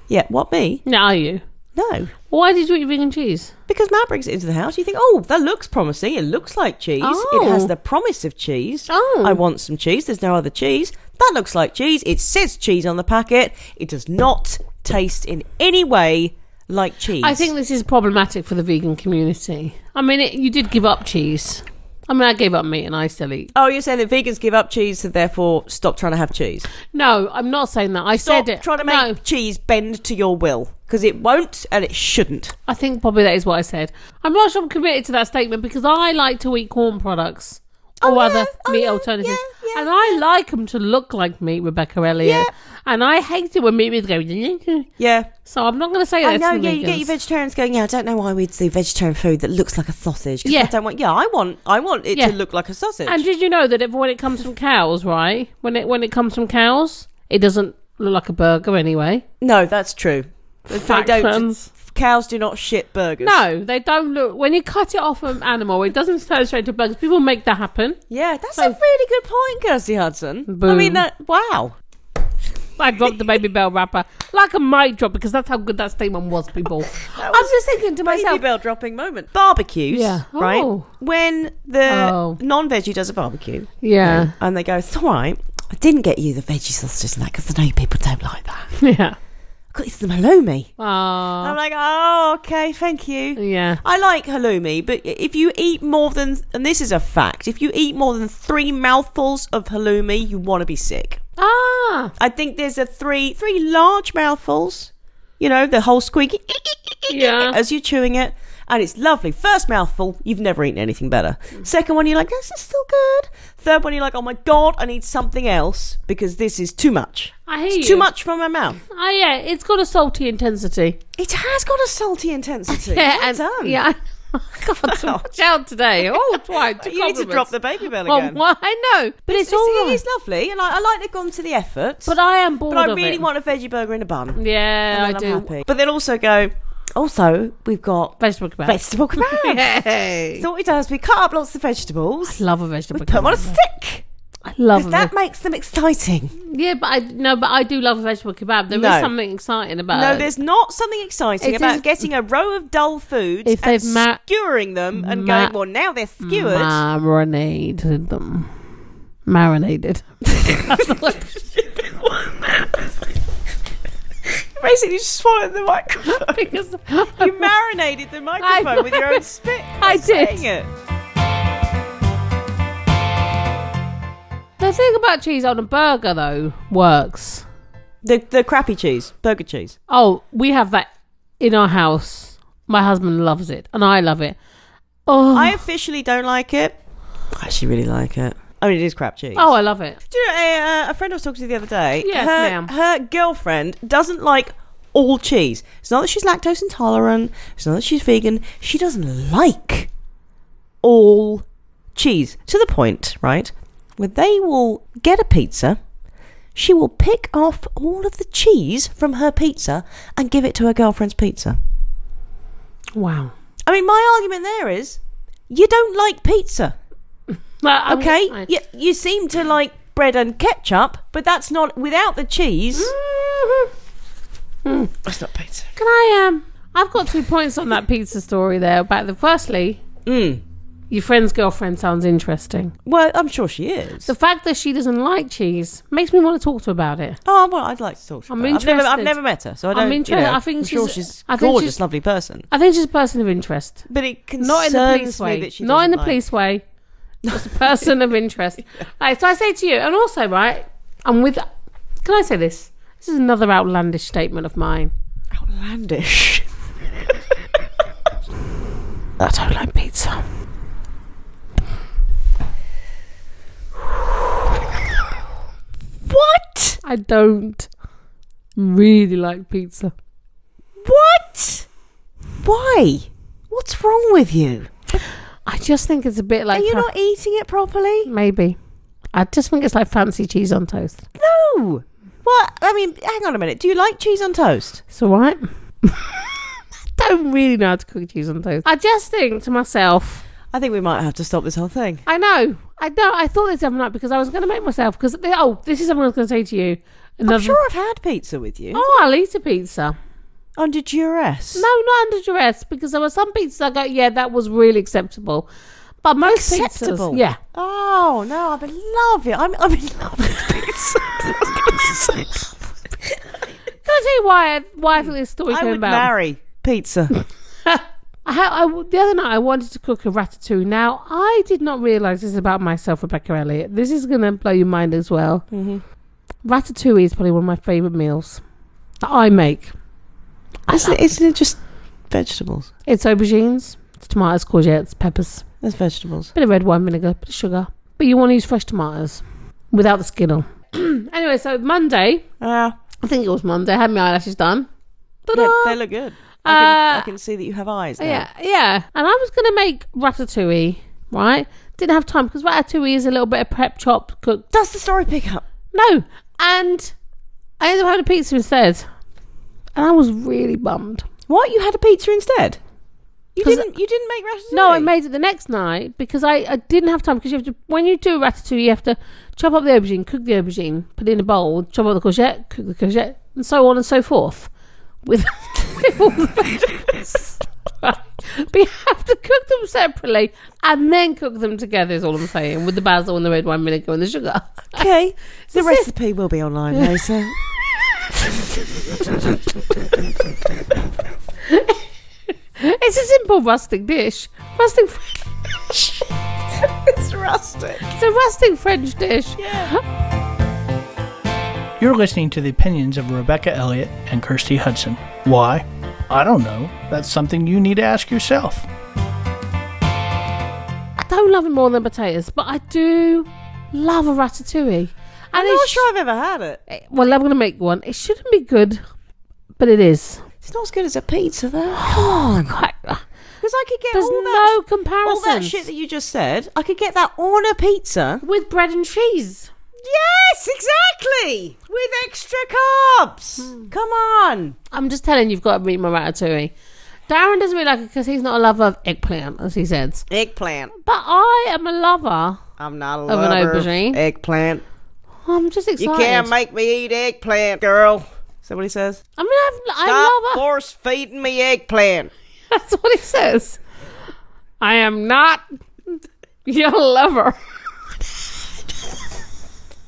S2: Yeah. What me?
S1: No, are you?
S2: No,
S1: Why did you eat vegan cheese?
S2: because Matt brings it into the house. You think, oh, that looks promising. It looks like cheese. It has
S1: Oh.
S2: the promise of cheese.
S1: Oh.
S2: I want some cheese. There's no other cheese. That looks like cheese. It says cheese on the packet. It does not taste in any way like cheese.
S1: I think this is problematic for the vegan community. I mean, it, you did give up cheese. I mean, I gave up meat and I still eat.
S2: Oh, you're saying that vegans give up cheese, so therefore stop trying to have cheese.
S1: No, I'm not saying that. I
S2: Stop
S1: said it.
S2: trying to make
S1: no,
S2: cheese bend to your will because it won't and it shouldn't.
S1: I think probably that is what I said. I'm not sure I'm committed to that statement because I like to eat corn products or
S2: Oh, yeah.
S1: other
S2: Oh,
S1: meat
S2: yeah.
S1: alternatives.
S2: Yeah, yeah,
S1: and I like them to look like meat, Rebecca Elliott.
S2: Yeah.
S1: And I hate it when meat is going.
S2: Yeah.
S1: So I'm not going to say that.
S2: I
S1: to
S2: know,
S1: the
S2: yeah, you get
S1: vegans.
S2: your vegetarians going, yeah, I don't know why we'd do vegetarian food that looks like a sausage. 'cause
S1: Yeah.
S2: I don't want, yeah, I want, I want it
S1: Yeah.
S2: to look like a sausage.
S1: And did you know that if, when it comes from cows, right? When it when it comes from cows, it doesn't look like a burger anyway.
S2: no, that's true. They
S1: Fact,
S2: don't-
S1: friends.
S2: Cows do not shit burgers.
S1: No, they don't look. When you cut it off an animal, it doesn't turn straight to burgers. People make that happen.
S2: Yeah, that's
S1: So-
S2: a really good point, Kirsty Hudson. I
S1: Boom.
S2: mean, that, wow.
S1: I dropped the baby bell wrapper like a mic drop because that's how good that statement was, people. I was just thinking to
S2: Baby
S1: myself,
S2: bell dropping moment. Barbecues,
S1: Yeah.
S2: right?
S1: Oh.
S2: When the
S1: Oh. Uh.
S2: non-veggie does a barbecue,
S1: yeah,
S2: and they go, "It's all right. I didn't get you the veggie sausage and that because I know people don't like that.
S1: yeah,
S2: I got you the halloumi." I'm
S1: Ah,
S2: like, "Oh, okay, thank you."
S1: yeah.
S2: I like halloumi, but if you eat more than, and this is a fact, if you eat more than three mouthfuls of halloumi, you want to be sick.
S1: Ah,
S2: I think there's a three, three large mouthfuls. You know, the whole squeaky
S1: yeah.
S2: as you're chewing it. And it's lovely. First mouthful, you've never eaten anything better. Second one, you're like, this is still good. Third one, you're like, oh my God, I need something else because this is too much.
S1: I hear
S2: It's
S1: you.
S2: too much for my mouth.
S1: Ah, yeah. It's got a salty intensity.
S2: It has got a salty intensity.
S1: [laughs] Yeah,
S2: Well
S1: and
S2: done.
S1: yeah. [laughs] I- God, so watch out today. Oh, twice. Two
S2: [laughs] You need to
S1: compliments.
S2: drop the baby bell
S1: Oh,
S2: again.
S1: well, I know, but it's,
S2: it's,
S1: all right.
S2: it is lovely, and I, I like they've gone to the effort.
S1: But I am bored
S2: but I
S1: of
S2: really
S1: it.
S2: want a veggie burger in a bun.
S1: Yeah, I
S2: And then
S1: do.
S2: I'm happy. But then also go. Also, we've got
S1: Vegetable kebab. [laughs]
S2: vegetable kebab.
S1: Yay.
S2: So what we do is we cut up lots of vegetables.
S1: Love a vegetable
S2: Put them on a
S1: kebab.
S2: stick.
S1: I love
S2: 'Cause
S1: them.
S2: That makes them exciting.
S1: Yeah, but I no, but I do love a vegetable kebab. There is
S2: No.
S1: something exciting about
S2: No,
S1: it.
S2: there's not something exciting
S1: Uh, It
S2: about
S1: is-
S2: getting a row of dull foods
S1: If
S2: and
S1: they've ma-
S2: skewering them and
S1: ma-
S2: going, well, now they're skewered.
S1: marinated them.
S2: [laughs]
S1: Marinated. That's the-
S2: [laughs] Basically, you swallowed the
S1: [laughs]
S2: microphone.
S1: because
S2: you marinated the microphone with your own spit.
S1: I
S2: saying
S1: did.
S2: It.
S1: the thing about cheese on a burger though works.
S2: The, the crappy cheese, burger cheese.
S1: Oh, we have that in our house. My husband loves it, and I love it. Oh,
S2: I officially don't like it. I actually really like it. I mean, it is crap cheese.
S1: oh, I love it.
S2: Do you know, a, uh, a friend I was talking to the other day,
S1: Yes,
S2: her,
S1: ma'am.
S2: her girlfriend doesn't like all cheese. It's not that she's lactose intolerant, it's not that she's vegan, she doesn't like all cheese. To the point, right, where they will get a pizza, she will pick off all of the cheese from her pizza and give it to her girlfriend's pizza.
S1: Wow.
S2: I mean, my argument there is you don't like pizza.
S1: Well,
S2: Okay,
S1: Um, I,
S2: you, you seem to like bread and ketchup, but that's not without the cheese.
S1: Mm.
S2: That's not pizza.
S1: Can I um? I've got two points on that pizza story there. About the firstly,
S2: Mm.
S1: Your friend's girlfriend sounds interesting.
S2: Well, I'm sure she is.
S1: The fact that she doesn't like cheese makes me want to talk to her about it.
S2: oh, well, I'd like to talk to
S1: I'm
S2: her. I've never, I've
S1: interested.
S2: never met her, so I
S1: I'm
S2: don't.
S1: interested.
S2: You know,
S1: I think
S2: I'm sure
S1: she's-
S2: she's
S1: I think
S2: gorgeous,
S1: she's-
S2: lovely person.
S1: I think she's a person of interest.
S2: But it concerns
S1: Not in the police
S2: me
S1: way.
S2: that she
S1: Not in
S2: doesn't
S1: the
S2: like-
S1: police way. Just a person of
S2: [laughs]
S1: interest. Right, so I say to you, and also, right, I'm with. Can I say this? This is another outlandish statement of mine.
S2: Outlandish. [laughs]
S1: I don't like pizza.
S2: What?
S1: I don't really like pizza.
S2: What? Why? What's wrong with you?
S1: I just think it's a bit
S2: Are
S1: like.
S2: you
S1: fa-
S2: not eating it properly?
S1: Maybe. I just think it's like fancy cheese on toast.
S2: No. Well, I mean, hang on a minute. Do you like cheese on toast?
S1: It's all right. [laughs] I don't really know how to cook cheese on toast. I just think to myself,
S2: I think we might have to stop this whole thing.
S1: I know. I know. I thought this the other night because I was going to make myself. Because oh, this is something I was going to say to you. Another.
S2: I'm sure I've had pizza with you.
S1: Oh, I'll eat a pizza.
S2: Under duress.
S1: No, not under duress because there were some pizzas I go, yeah, that was really acceptable. But most pizzas-
S2: Acceptable?
S1: yeah.
S2: Oh, no, I'm in love with I'm, I'm in love with [laughs] pizza.
S1: Can I tell you why? I, why I think this story
S2: I
S1: came
S2: would
S1: about?
S2: marry pizza.
S1: I, ha- I w- the other night I wanted to cook a ratatouille. Now I did not realize this about myself, Rebecca Elliott. This is going to blow your mind as well.
S2: Mm-hmm.
S1: Ratatouille is probably one of my favorite meals that I make.
S2: [laughs] isn't, it- isn't it just vegetables?
S1: It's aubergines, it's tomatoes, courgettes, peppers.
S2: That's vegetables.
S1: bit of red wine vinegar, bit of sugar. But you want to use fresh tomatoes without the skin on. [clears throat] anyway, so Monday,
S2: Ah,
S1: I think it was Monday, I had my eyelashes done. Ta-da!
S2: yeah, they look good. I can, I
S1: Uh,
S2: can see that you have eyes now.
S1: yeah, yeah. And I was going to make ratatouille, right? Didn't have time because ratatouille is a little bit of prep, chop, cook.
S2: Does the story pick up?
S1: No. And I ended up having a pizza instead. And I was really bummed.
S2: What? You had a pizza instead? You
S1: 'Cause-
S2: didn't. You didn't make ratatouille.
S1: No, I made it the next night because I, I didn't have time. Because you have to when you do ratatouille, you have to chop up the aubergine, cook the aubergine, put it in a bowl, chop up the courgette, cook the courgette, and so on and so forth. With [laughs] all the vegetables. Right. but you have to cook them separately and then cook them together. Is all I'm saying with the basil and the red wine vinegar and the sugar. [laughs]
S2: [laughs] Okay. The
S1: That's it.
S2: recipe will be online later. [laughs]
S1: It's a simple rustic dish. Rustic.
S2: it's rustic.
S1: It's a rustic French dish.
S2: Yeah.
S3: You're listening to the opinions of Rebecca Elliott and Kirsty Hudson. Why? I don't know. That's something you need to ask yourself.
S1: I don't love it more than potatoes, but I do love a ratatouille. And
S2: I'm not
S1: it's
S2: sure I've ever had it.
S1: well, I'm going to make one. It shouldn't be good, but it is.
S2: It's not as good as a pizza though. [gasps]
S1: Oh, [laughs] quite.
S2: Because I could get
S1: There's
S2: all that,
S1: no comparison.
S2: all that shit that you just said. I could get that on a pizza.
S1: with bread and cheese.
S2: Yes, exactly. With extra carbs. Come on.
S1: I'm just telling you, you've got to meet my ratatouille. Darren doesn't really like it because he's not a lover of eggplant, as he says.
S2: Eggplant.
S1: But I am a lover.
S2: I'm not a
S1: an
S2: lover of
S1: aubergine.
S2: eggplant.
S1: I'm just excited.
S2: You can't make me eat eggplant, girl. Is that what he says?
S1: I mean, I've, I
S2: Stop
S1: love.
S2: force feeding me eggplant.
S1: [laughs] That's what he says. I am not your lover. [laughs]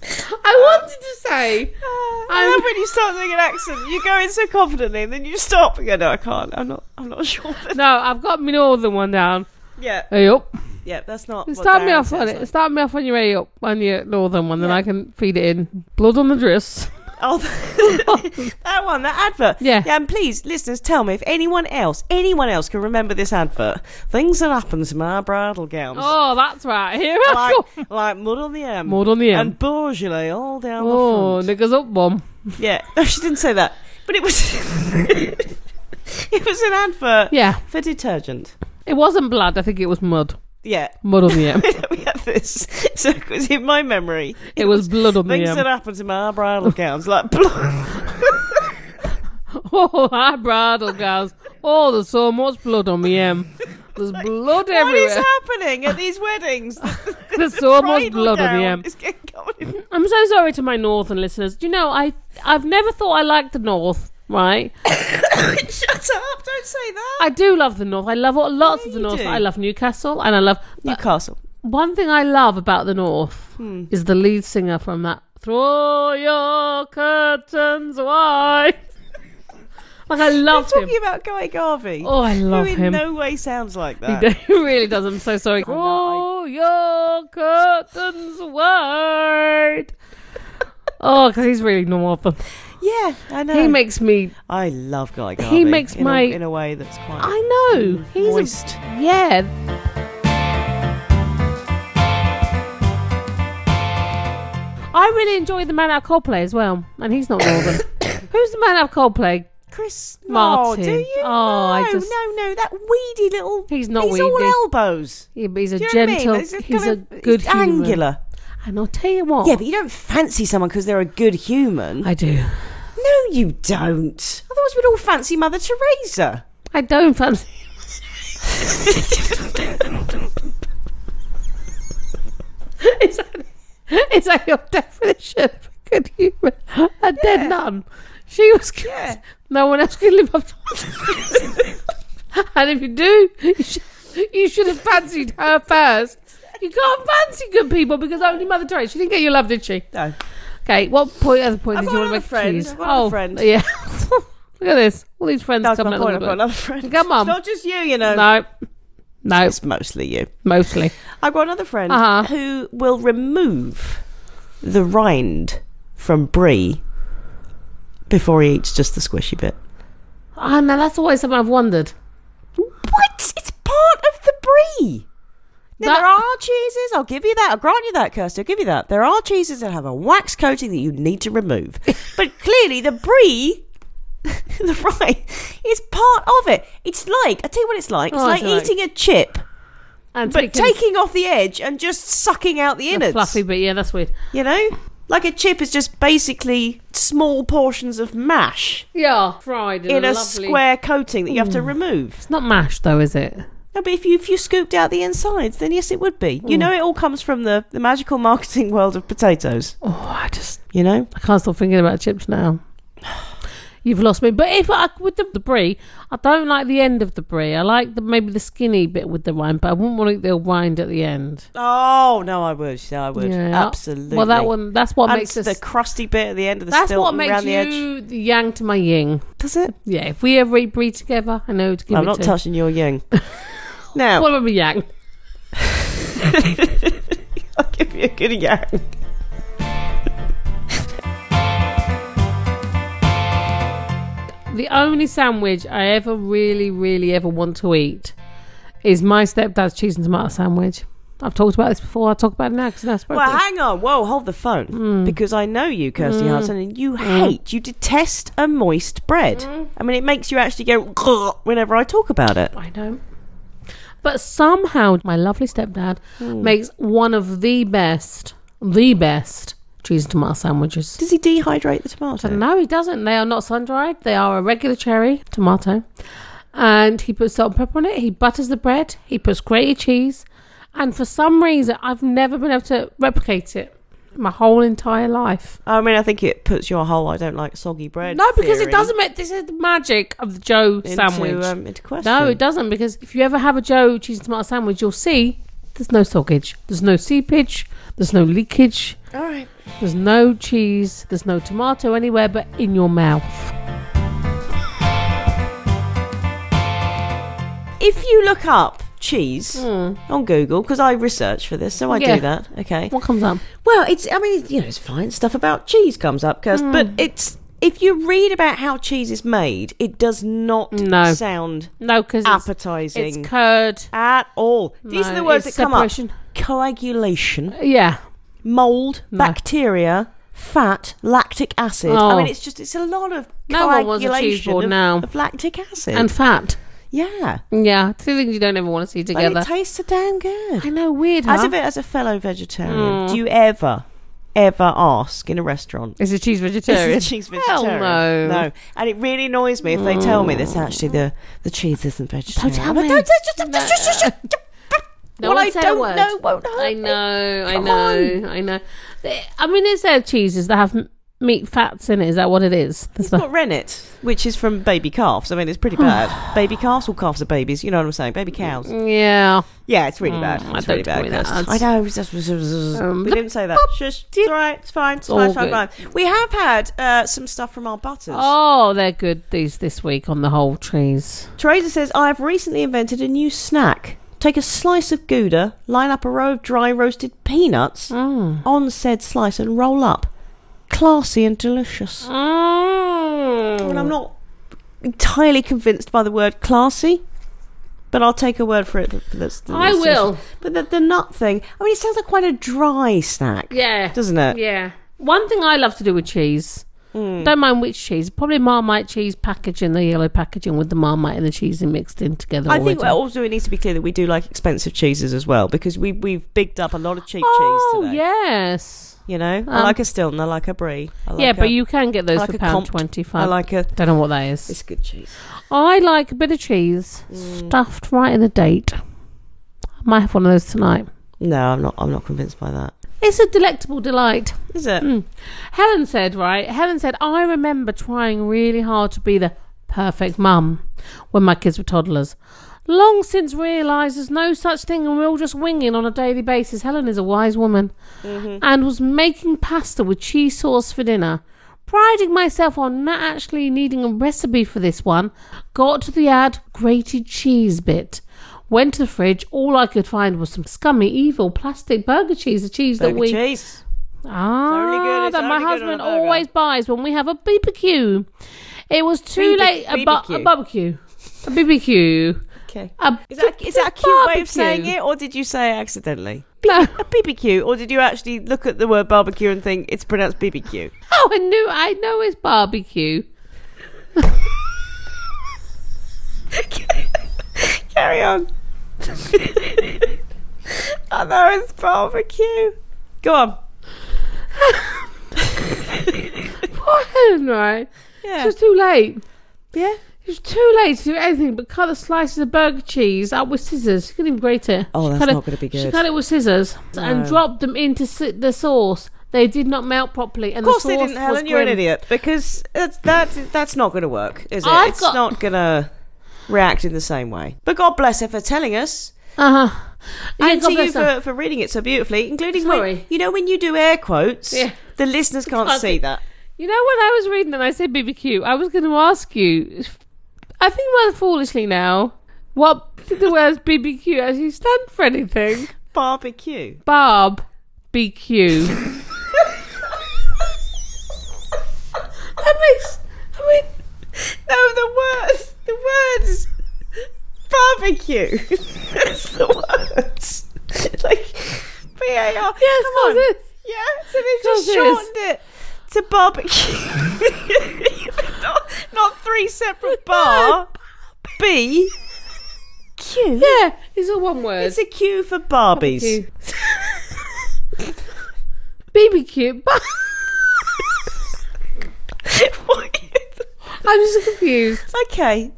S1: I wanted to say
S2: I
S1: I'm-
S2: love when you start doing an accent. You go in so confidently, and then you stop. Yeah, no, I can't. I'm not. I'm not [laughs] sure. That,
S1: no. I've got my northern one down.
S2: yeah,
S1: Hey up.
S2: yeah, that's not. what
S1: Start me
S2: Darren
S1: off on
S2: sounds
S1: it.
S2: like.
S1: Start me off on your A up on your northern one, then I can feed it in. Blood on the dress.
S2: Oh, that one, that advert.
S1: Yeah.
S2: [laughs] Yeah, and please, listeners, tell me if anyone else, anyone else can remember this advert. Things that happen to my bridal
S1: [laughs]
S2: gowns.
S1: Oh, that's right. Here I
S2: Like,
S1: go. [laughs]
S2: like mud on the M.
S1: Mud on the M.
S2: And Beaujolais all down
S1: Oh,
S2: the front.
S1: niggas up, bum.
S2: Yeah. No, she didn't say that. But it was. [laughs] it was an advert
S1: Yeah,
S2: for detergent.
S1: it wasn't blood. I think it was mud.
S2: Yeah. [laughs]
S1: Mud on the M.
S2: we had this. So, because in my memory,
S1: It was blood on the
S2: things that
S1: M.
S2: happen to my bridal gowns, like
S1: [laughs]
S2: [laughs]
S1: Oh, I bridal girls. Oh, there's so much blood on me M. There's blood
S2: What is
S1: everywhere.
S2: happening at these weddings? The-
S1: [laughs]
S2: the-
S1: There's
S2: the
S1: so much
S2: bridal
S1: blood on the
S2: gown
S1: M.
S2: is getting covered in- [laughs]
S1: I'm so sorry to my northern listeners. Do you know I I've never thought I liked the north right?
S2: Shut up! Don't say that.
S1: I do love the North. I love what lots of the
S2: you
S1: North.
S2: do.
S1: I love Newcastle, and I love but
S2: Newcastle.
S1: one thing I love about the North is the lead singer from that. Throw your curtains wide. [laughs] like I love him.
S2: Talking about Guy Garvey.
S1: Oh, I love
S2: who in
S1: him.
S2: no way sounds like that.
S1: [laughs] He do- really does. I'm so sorry. Roll your curtains wide. [laughs] Oh, because he's really normal.
S2: Yeah, I know.
S1: He makes me.
S2: I love Guy Garvey.
S1: makes
S2: in
S1: my-
S2: a, in a way that's quite
S1: I know. He's
S2: moist.
S1: A, yeah. I really enjoy the man out of Coldplay as well, and he's
S2: [coughs]
S1: not northern. Who's the man out of Coldplay?
S2: Chris
S1: Martin.
S2: Oh, do you?
S1: Oh,
S2: no,
S1: I just-
S2: no, no. That weedy little.
S1: He's not
S2: he's all
S1: weedy.
S2: elbows.
S1: Yeah, but he's a
S2: Do you know
S1: gentle.
S2: what I mean? It's
S1: He's
S2: kind
S1: a
S2: of- he's
S1: good human.
S2: angular.
S1: And I'll tell you what.
S2: Yeah, but you don't fancy someone because they're a good human.
S1: I do.
S2: No, you don't. Otherwise, we'd all fancy Mother Teresa.
S1: I don't fancy. [laughs] is, that, is that your definition of a good human? A dead nun. She was good. No one else can live up to [laughs] And if you do, you should, you should have fancied her first. You can't fancy good people because only Mother Teresa. She didn't get your love, did she?
S2: No.
S1: Okay, what point, other point
S2: I've
S1: did
S2: got
S1: you want to
S2: another
S1: make?
S2: friend.
S1: please?
S2: I've got another
S1: oh,
S2: friend.
S1: Yeah. [laughs] Look at this. All these friends
S2: That's my
S1: coming
S2: point. I've got another friend.
S1: Come on.
S2: It's not just you, you know.
S1: No. No,
S2: It's mostly you.
S1: mostly.
S2: I've got another friend
S1: Uh-huh.
S2: who will remove the rind from brie before he eats just the squishy bit.
S1: Ah, no, that's always something I've wondered.
S2: What? It's part of the brie. Now,
S1: That-
S2: there [laughs] are cheeses. I'll give you that. I'll grant you that, Kirsty. I'll give you that. There are cheeses that have a wax coating that you need to [laughs] remove, but clearly the brie. [laughs] the rind is part of it. It's like I tell you what it's like. It's
S1: Oh,
S2: like
S1: it's like-
S2: eating a chip,
S1: And
S2: but taking off the edge and just sucking out the
S1: the
S2: innards.
S1: fluffy bit, yeah, that's weird.
S2: You know? Like a chip is just basically small portions of mash
S1: Yeah, fried in,
S2: in a Mm.
S1: lovely-
S2: square coating that you have to remove.
S1: It's not mashed though, is it?
S2: No, but if you if you scooped out the insides, then yes, it would be. You know, it all comes from the, the magical marketing [laughs] world of potatoes.
S1: Oh, I just
S2: You know,
S1: I can't stop thinking about chips now. You've lost me. But if I with the, the brie, I don't like the end of the brie. I like the maybe the skinny bit with the rind, but I wouldn't want to eat the rind at the end.
S2: oh no, I would, no, I would,
S1: Yeah.
S2: absolutely.
S1: Well, that one that's what
S2: And
S1: makes
S2: the
S1: us.
S2: crusty bit at the end of the
S1: That's
S2: stilt
S1: what makes
S2: around the edge.
S1: you the yang to my ying.
S2: Does it?
S1: Yeah, if we ever eat brie together, I know who to give
S2: I'm
S1: it
S2: not
S1: to.
S2: touching your [laughs] yang. now,
S1: What about yang?
S2: [laughs] I'll give you a good yang.
S1: The only sandwich I ever really, really ever want to eat is my stepdad's cheese and tomato sandwich. I've talked about this before. I'll talk about it now because now I spoke.
S2: Well,
S1: about it.
S2: hang on. Whoa, hold the phone.
S1: Hmm.
S2: Because I know you, Kirsty Hudson, and you hate, you detest a moist bread.
S1: Hmm.
S2: I mean, it makes you actually go "Grr" whenever I talk about it.
S1: I don't. But somehow my lovely stepdad makes one of the best, the best cheese and tomato sandwiches.
S2: Does he dehydrate the tomato?
S1: Uh, No, he doesn't. They are not sun dried. They are a regular cherry tomato. And he puts salt and pepper on it. He butters the bread. He puts grated cheese. And for some reason, I've never been able to replicate it my whole entire life.
S2: I mean, I think it puts your whole I don't like soggy bread.
S1: No, because
S2: theory
S1: it doesn't make this is the magic of the Joe
S2: into,
S1: sandwich.
S2: um, into question.
S1: no, it doesn't. Because if you ever have a Joe cheese and tomato sandwich, you'll see there's no soggage, there's no seepage, there's no leakage,
S2: does. All right.
S1: there's no cheese, there's no tomato anywhere but in your mouth.
S2: If you look up cheese on Google, because I research for this, so I
S1: Hmm. Yeah.
S2: do that. Okay.
S1: What comes up?
S2: Well, it's. I mean, you know, it's fine. Stuff about cheese comes up, Kirst, but
S1: Hmm.
S2: it's. If you read about how cheese is made, it does not
S1: No.
S2: sound
S1: No, because
S2: appetizing
S1: It's curd.
S2: at all. These
S1: No,
S2: are the words that
S1: it's
S2: come
S1: separation.
S2: up: coagulation,
S1: Yeah.
S2: mold, bacteria, fat, lactic acid.
S1: Oh.
S2: I mean, it's just it's a lot of
S1: No one wants a cheese
S2: coagulation
S1: board
S2: of,
S1: now.
S2: of lactic acid.
S1: And fat.
S2: yeah,
S1: Yeah. Two things you don't ever want to see
S2: and
S1: together.
S2: it tastes so damn good.
S1: I know, weird,
S2: As
S1: huh? Hmm.
S2: a ve- as a fellow vegetarian, do you ever, ever ask in a restaurant?
S1: Is it cheese vegetarian?
S2: Is the cheese
S1: [laughs] Hell
S2: vegetarian?
S1: no. Mm.
S2: no. And it really annoys me if they tell me this. Actually, the the cheese isn't vegetarian.
S1: tell
S2: I'm like,
S1: me.
S2: Don't, don't, don't, don't, don't, don't, don't,
S1: No
S2: what
S1: one
S2: I
S1: said a
S2: don't
S1: word.
S2: know won't hurt
S1: I
S2: me.
S1: know, I
S2: Come
S1: know, I know. They- I mean, is there cheeses that have m- meat fats in it. Is that what it is? The
S2: It's
S1: stuff-
S2: got rennet, which is from baby calves. I mean,
S1: [sighs]
S2: it's pretty bad. baby calves or calves are babies. You know what I'm saying? Baby cows.
S1: yeah.
S2: Yeah, it's really
S1: Mm,
S2: bad.
S1: I
S2: It's
S1: don't
S2: really
S1: tell
S2: bad.
S1: me that.
S2: Kirsten. I know. It's just,
S1: Um,
S2: we didn't say that. Shush. It's all right. It's fine. It's fine.
S1: all
S2: It's fine, fine. We have had uh, some stuff from our butters.
S1: Oh, they're good these this week on the whole trees.
S2: Teresa says, I have recently invented a new snack. Take a slice of Gouda, line up a row of dry roasted peanuts
S1: Mm.
S2: on said slice and roll up. Classy and delicious. Mm. Well, I'm not entirely convinced by the word classy, but I'll take a word for it. that- That's, that's
S1: I will.
S2: But the, the nut thing, I mean, it sounds like quite a dry snack,
S1: Yeah.
S2: doesn't it?
S1: Yeah. One thing I love to do with cheese.
S2: Hmm.
S1: Don't mind which cheese. Probably Marmite cheese packaging, the yellow packaging with the Marmite and the cheese and mixed in together.
S2: I
S1: all
S2: think
S1: the time.
S2: also it needs to be clear that we do like expensive cheeses as well because we we've bigged up a lot of cheap
S1: Oh
S2: cheese today.
S1: yes.
S2: You know, I
S1: Um,
S2: like a Stilton, I like a Brie. I like
S1: yeah,
S2: a,
S1: but you can get
S2: I
S1: those
S2: like
S1: for
S2: a
S1: pound
S2: Comte.
S1: twenty five.
S2: I like a.
S1: Don't know what that is.
S2: It's Mm. good cheese.
S1: I like a bit of cheese stuffed right in a date. I might have one of those tonight.
S2: No, I'm not. I'm not convinced by that.
S1: It's a delectable delight.
S2: Is it?
S1: Hmm, Helen said, right? Helen said, I remember trying really hard to be the perfect mum when my kids were toddlers. Long since realised there's no such thing and we're all just winging on a daily basis. Helen is a wise woman and was making pasta with cheese sauce for dinner. Priding myself on not actually needing a recipe for this one, got to the ad grated cheese bit. Went to the fridge, all I could find was some scummy, evil plastic burger cheese, the cheese that
S2: Burger
S1: we
S2: cheese. only good-
S1: Ah,
S2: it's
S1: that my
S2: only good on a
S1: husband
S2: burger.
S1: always buys when we have a BBQ. It was too
S2: BB-
S1: late. A, bu- a barbecue. A BBQ.
S2: Okay.
S1: A
S2: Is that is that a cute way
S1: barbecue.
S2: of saying it, or did you say it accidentally?
S1: No. [laughs]
S2: A BBQ, or did you actually look at the word barbecue and think it's pronounced [laughs] BBQ?
S1: Oh, I knew. I know it's barbecue.
S2: Carry [laughs] on. I know it's barbecue. Go on.
S1: Poor Helen, right? It
S2: Yeah.
S1: was too late.
S2: yeah.
S1: It was too late to do anything but cut the slices of burger cheese up with scissors. She couldn't even grate it.
S2: Oh,
S1: She
S2: that's
S1: cut it-
S2: not gonna be
S1: She
S2: good.
S1: cut it with scissors and
S2: No.
S1: dropped them into si- the sauce. They did not melt properly, and
S2: Of course
S1: the
S2: they
S1: sauce
S2: didn't,
S1: was
S2: Helen. You're an
S1: grim.
S2: idiot because that's that's that's not going to work, is it?
S1: I've
S2: it's
S1: got-
S2: not going to react in the same way. But God bless her for telling us,
S1: Uh-huh. Yeah,
S2: and
S1: God
S2: to you
S1: bless her.
S2: for, for reading it so beautifully, including when
S1: Sorry.
S2: you know when you do air quotes,
S1: Yeah.
S2: the listeners can't
S1: Can't see.
S2: see that.
S1: You know, when I was reading and I said BBQ, I was going to ask you, if- I think rather foolishly now, what did the words BBQ actually stand for anything?
S2: Barbecue.
S1: Barb [laughs] BQ. that makes. I mean,
S2: No, the words. The words. Barbecue. [laughs] That's the words. like B A R.
S1: yes,
S2: Come
S1: what
S2: on.
S1: is it?
S2: Yeah, so they
S1: Course
S2: just
S1: it is.
S2: shortened it to barbecue. [laughs] not, not three separate bar. B. Q.
S1: Yeah, it's all one word.
S2: It's a Q for [laughs] Barbies.
S1: BBQ. Bar- [laughs] I'm just confused.
S2: okay.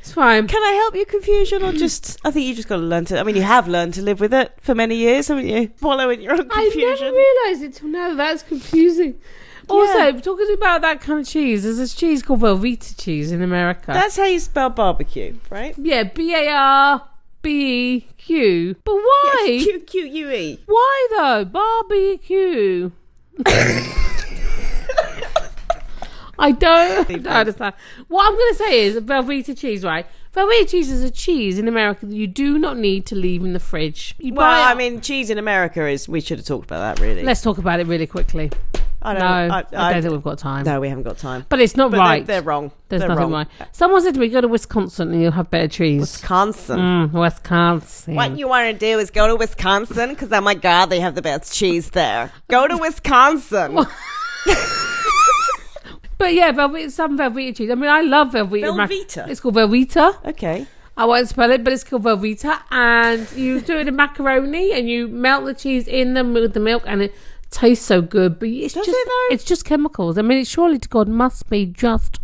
S1: It's fine.
S2: Can I help your confusion or just. I think you just got to learn to. I mean, you have learned to live with it for many years, haven't you? Wallow in your own
S1: I
S2: confusion.
S1: never realised it till now. That's confusing. Also, talking about that kind of cheese, there's this cheese called Velveeta cheese in America.
S2: That's how you spell barbecue, right?
S1: yeah, B A R B E Q. But why?
S2: Q Q U E.
S1: Why though? Barbecue. I don't, I don't understand. What I'm going to say is Velveeta cheese, right? Velveeta cheese is a cheese in America that you do not need to leave in the fridge. You
S2: Well,
S1: buy
S2: I
S1: it-
S2: mean, cheese in America is. We should have talked about that, really.
S1: let's talk about it really quickly.
S2: I
S1: No,
S2: don't,
S1: I,
S2: I, I-
S1: don't think we've got time.
S2: no, we haven't got time.
S1: But it's not
S2: But
S1: right.
S2: They're, they're wrong.
S1: There's
S2: they're
S1: nothing
S2: wrong.
S1: right. Someone said to me, go to Wisconsin and you'll have better cheese.
S2: Wisconsin.
S1: Mm, Wisconsin.
S2: What you want to do is go to Wisconsin because, oh my God, they have the best cheese there. Go to Wisconsin.
S1: But yeah, velvet, some Velveeta cheese. I mean, I love Velveeta. mac-
S2: Velveeta?
S1: It's called Velveeta.
S2: okay.
S1: I won't spell it, but it's called Velveeta. And you do it in macaroni and you melt the cheese in them with the milk and it tastes so good. But it's
S2: Does
S1: just
S2: it though?
S1: it's just chemicals. I mean, it surely to God must be just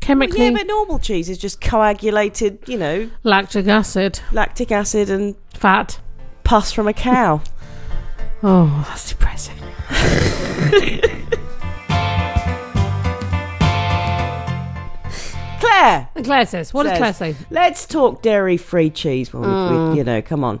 S1: chemically
S2: Yeah, but normal cheese is just coagulated, you know,
S1: lactic acid,
S2: lactic acid and
S1: fat.
S2: pus from
S1: [laughs]
S2: a cow.
S1: Oh, that's depressing.
S2: Claire
S1: And Claire says, what does
S2: says,
S1: Claire say?
S2: Let's talk dairy free cheese. Well, we- we- you know, come on.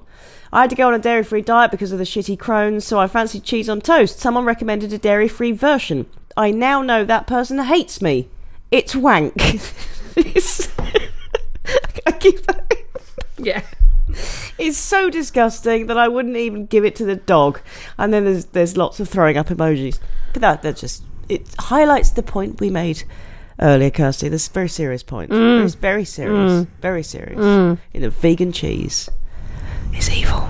S2: I had to go on a dairy free diet because of the shitty Crohn's, so I fancied cheese on toast. Someone recommended a dairy free version. I now know that person hates me. It's wank. [laughs] it's, [laughs] I keep that.
S1: Yeah.
S2: It's so disgusting that I wouldn't even give it to the dog. And then there's there's lots of throwing up emojis. But that that just it highlights the point we made earlier, Kirsty. This is a very serious point. It's very serious. Very serious. In a vegan cheese is evil.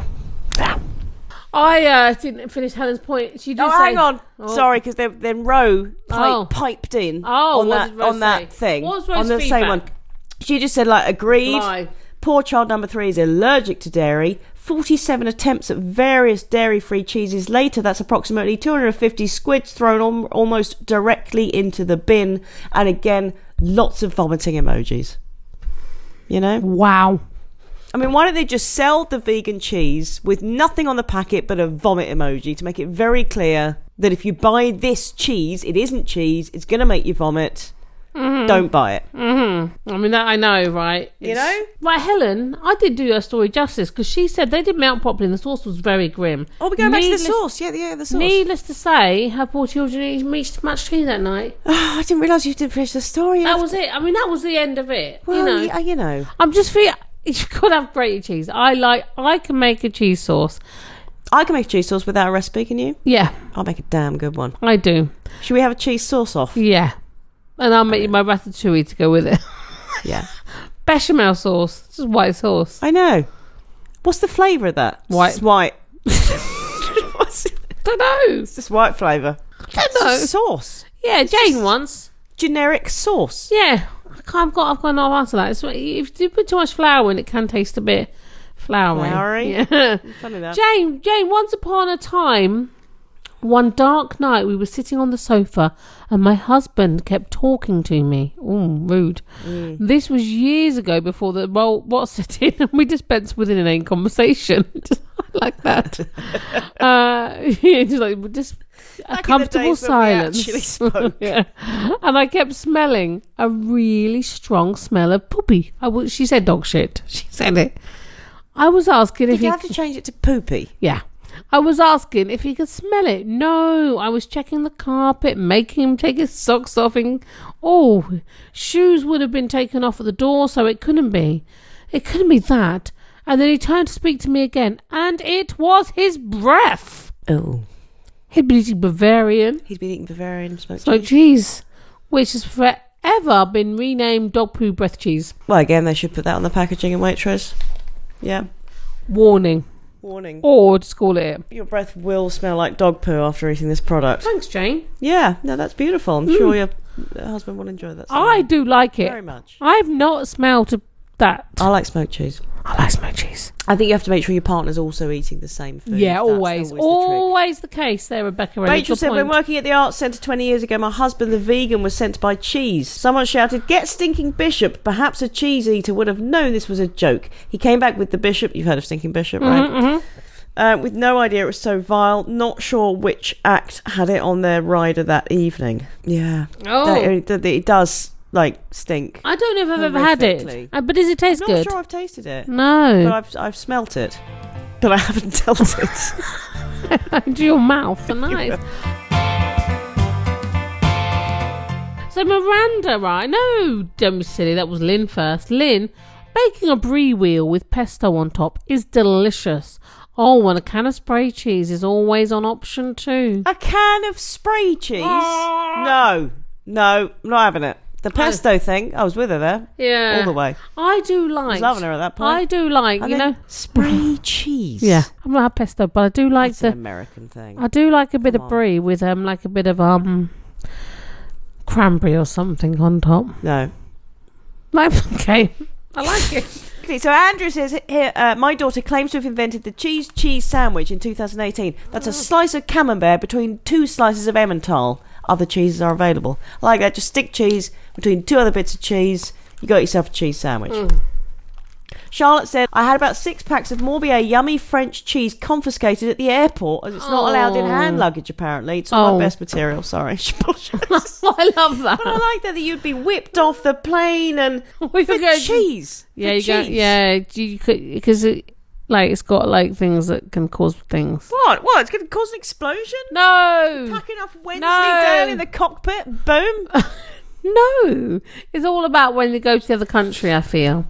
S1: I uh, didn't finish Helen's point. She did
S2: Oh,
S1: say,
S2: hang on.
S1: Oh.
S2: Sorry, because then, then Ro pipe,
S1: Oh.
S2: piped in
S1: Oh,
S2: on
S1: what
S2: that
S1: did Ro
S2: on that
S1: say?
S2: thing
S1: What was
S2: on
S1: Ro's
S2: the same one.
S1: feedback?
S2: She just said like agreed.
S1: Lie.
S2: Poor child number three is allergic to dairy. 47 attempts at various dairy free cheeses later, that's approximately 250 squids thrown al- almost directly into the bin. And again, lots of vomiting emojis. You know?
S1: Wow.
S2: I mean, why don't they just sell the vegan cheese with nothing on the packet but a vomit emoji to make it very clear that if you buy this cheese, it isn't cheese, it's going to make you vomit. Don't buy it.
S1: Mm-hmm. I mean, that I know, right?
S2: You know?
S1: Right, Helen, I did do her story justice because she said they did melt properly and the sauce was very grim.
S2: Oh, we're going back to
S1: Needless-
S2: the sauce. Yeah, yeah, the sauce.
S1: Needless to say, her poor children didn't eat much tea that night.
S2: Oh, [sighs] I didn't realise you didn't finish the story.
S1: That was it. I mean, that was the end of it.
S2: well,
S1: you know,
S2: y- you know.
S1: I'm just feel [laughs] you could have grated cheese. I like. I can make a cheese sauce.
S2: I can make cheese sauce without a recipe, can you?
S1: Yeah,
S2: I'll make a damn good one.
S1: I do.
S2: Should we have a cheese sauce off?
S1: Yeah, and I'll make you my ratatouille to go with it. [laughs]
S2: Yeah.
S1: Bechamel sauce, just white sauce.
S2: I know. What's the flavour of that?
S1: White.
S2: It's white. [laughs] What's it?
S1: don't know.
S2: It's just white flavour.
S1: don't know.
S2: Sauce.
S1: Yeah, Jane once.
S2: Generic sauce.
S1: Yeah, I can't, I've got. I've got no answer to that. It's, if you put too much flour in, it can taste a bit floury.
S2: Floury?
S1: [laughs] Yeah.
S2: Funny that.
S1: Jane, Jane, once upon a time, one dark night, we were sitting on the sofa and my husband kept talking to me. Ooh, rude.
S2: Mm.
S1: This was years ago before the well, what's set in, [laughs] and we dispensed with inane conversation. [laughs] Just like
S2: [laughs]
S1: that. uh, [laughs] yeah, just like just a
S2: Back in the
S1: comfortable
S2: days when we
S1: silence. [laughs]
S2: actually [laughs] spoke.
S1: yeah. And I kept smelling a really strong smell of poopy. I w- she said dog shit. She said it. I was asking if
S2: Did
S1: he
S2: you have to change it to poopy?
S1: yeah. I was asking if he could smell it. No, I was checking the carpet, making him take his socks off. And oh, shoes would have been taken off at the door, so it couldn't be. It couldn't be that. And then he turned to speak to me again, and it was his breath.
S2: Oh.
S1: He'd been eating Bavarian
S2: He's been eating Bavarian smoked
S1: smoked
S2: cheese.
S1: cheese, which has forever been renamed dog poo breath cheese.
S2: Well, again, they should put that on the packaging in Waitrose. Yeah.
S1: Warning.
S2: Warning.
S1: Or just call it. it.
S2: Your breath will smell like dog poo after eating this product.
S1: Thanks, Jane.
S2: Yeah, no, that's beautiful. I'm sure your husband will enjoy that.
S1: Mm. I do like
S2: very
S1: it.
S2: much.
S1: I've not smelled that.
S2: I like smoked cheese.
S1: I like smoked cheese.
S2: I think you have to make sure your partner's also eating the same food.
S1: Yeah,
S2: That's
S1: always,
S2: the
S1: always,
S2: trick.
S1: the case there, Rebecca. Really.
S2: Rachel
S1: Good
S2: said, when
S1: point.
S2: working at the arts centre 20 years ago, my husband, the vegan, was sent to buy cheese. Someone shouted, Get stinking bishop. Perhaps a cheese eater would have known this was a joke. He came back with the bishop. You've heard of stinking bishop, right?
S1: Mm-hmm,
S2: Uh, with no idea it was so vile. Not sure which act had it on their rider that evening. Yeah.
S1: Oh.
S2: That- It, that- it does, like, stink.
S1: I don't know if I've ever had
S2: Horrifically.
S1: it, Uh, but does it taste
S2: I'm not
S1: good? Mm.
S2: sure I've tasted it. But
S1: No,
S2: I've, I've smelt it. But I haven't [laughs] dealt it.
S1: into [laughs] your mouth. Nice. So Miranda, right? No, don't be silly. That was Lynn first. Lynn baking a brie wheel with pesto on top is delicious. Oh, and a can of spray cheese is always on option too.
S2: A can of spray cheese?
S1: Ah.
S2: No, no, I'm not having it. The pesto thing, I was with her there
S1: Yeah,
S2: all the way.
S1: I do like.
S2: loving her at that point.
S1: Ah, I do like.
S2: And
S1: you
S2: then
S1: know.
S2: spray cheese.
S1: Yeah, I'm not a pesto, but I do like
S2: it's
S1: the
S2: an American thing.
S1: I do like a bit of
S2: Come on.
S1: brie with um like a bit of um cranberry or something on top.
S2: No.
S1: Like [laughs] okay, I like it.
S2: Okay, so Andrew says here, uh, my daughter claims to have invented the cheese cheese sandwich in 2018. That's a slice of camembert between two slices of Emmental. Other cheeses are available. I like that.
S1: Mm.
S2: Just stick cheese between two other bits of cheese. You got yourself a cheese sandwich. Charlotte said, I had about six packs of Morbier yummy French cheese confiscated at the airport as it's not allowed in
S1: Oh.
S2: hand luggage, apparently. It's not
S1: Oh.
S2: my best material, sorry. [laughs] She apologised.
S1: I love
S2: But [laughs]
S1: that.
S2: I like that, that you'd be whipped off the plane and
S1: [laughs] We
S2: for
S1: forgot-
S2: cheese.
S1: Yeah,
S2: For
S1: you go,
S2: cheese.
S1: yeah, you could because it like it's got like things that can cause things.
S2: What? What? It's going to cause an explosion?
S1: No,
S2: Packing off Wednesday
S1: No.
S2: down in the cockpit. Boom.
S1: no, it's all about when you go to the other country. I feel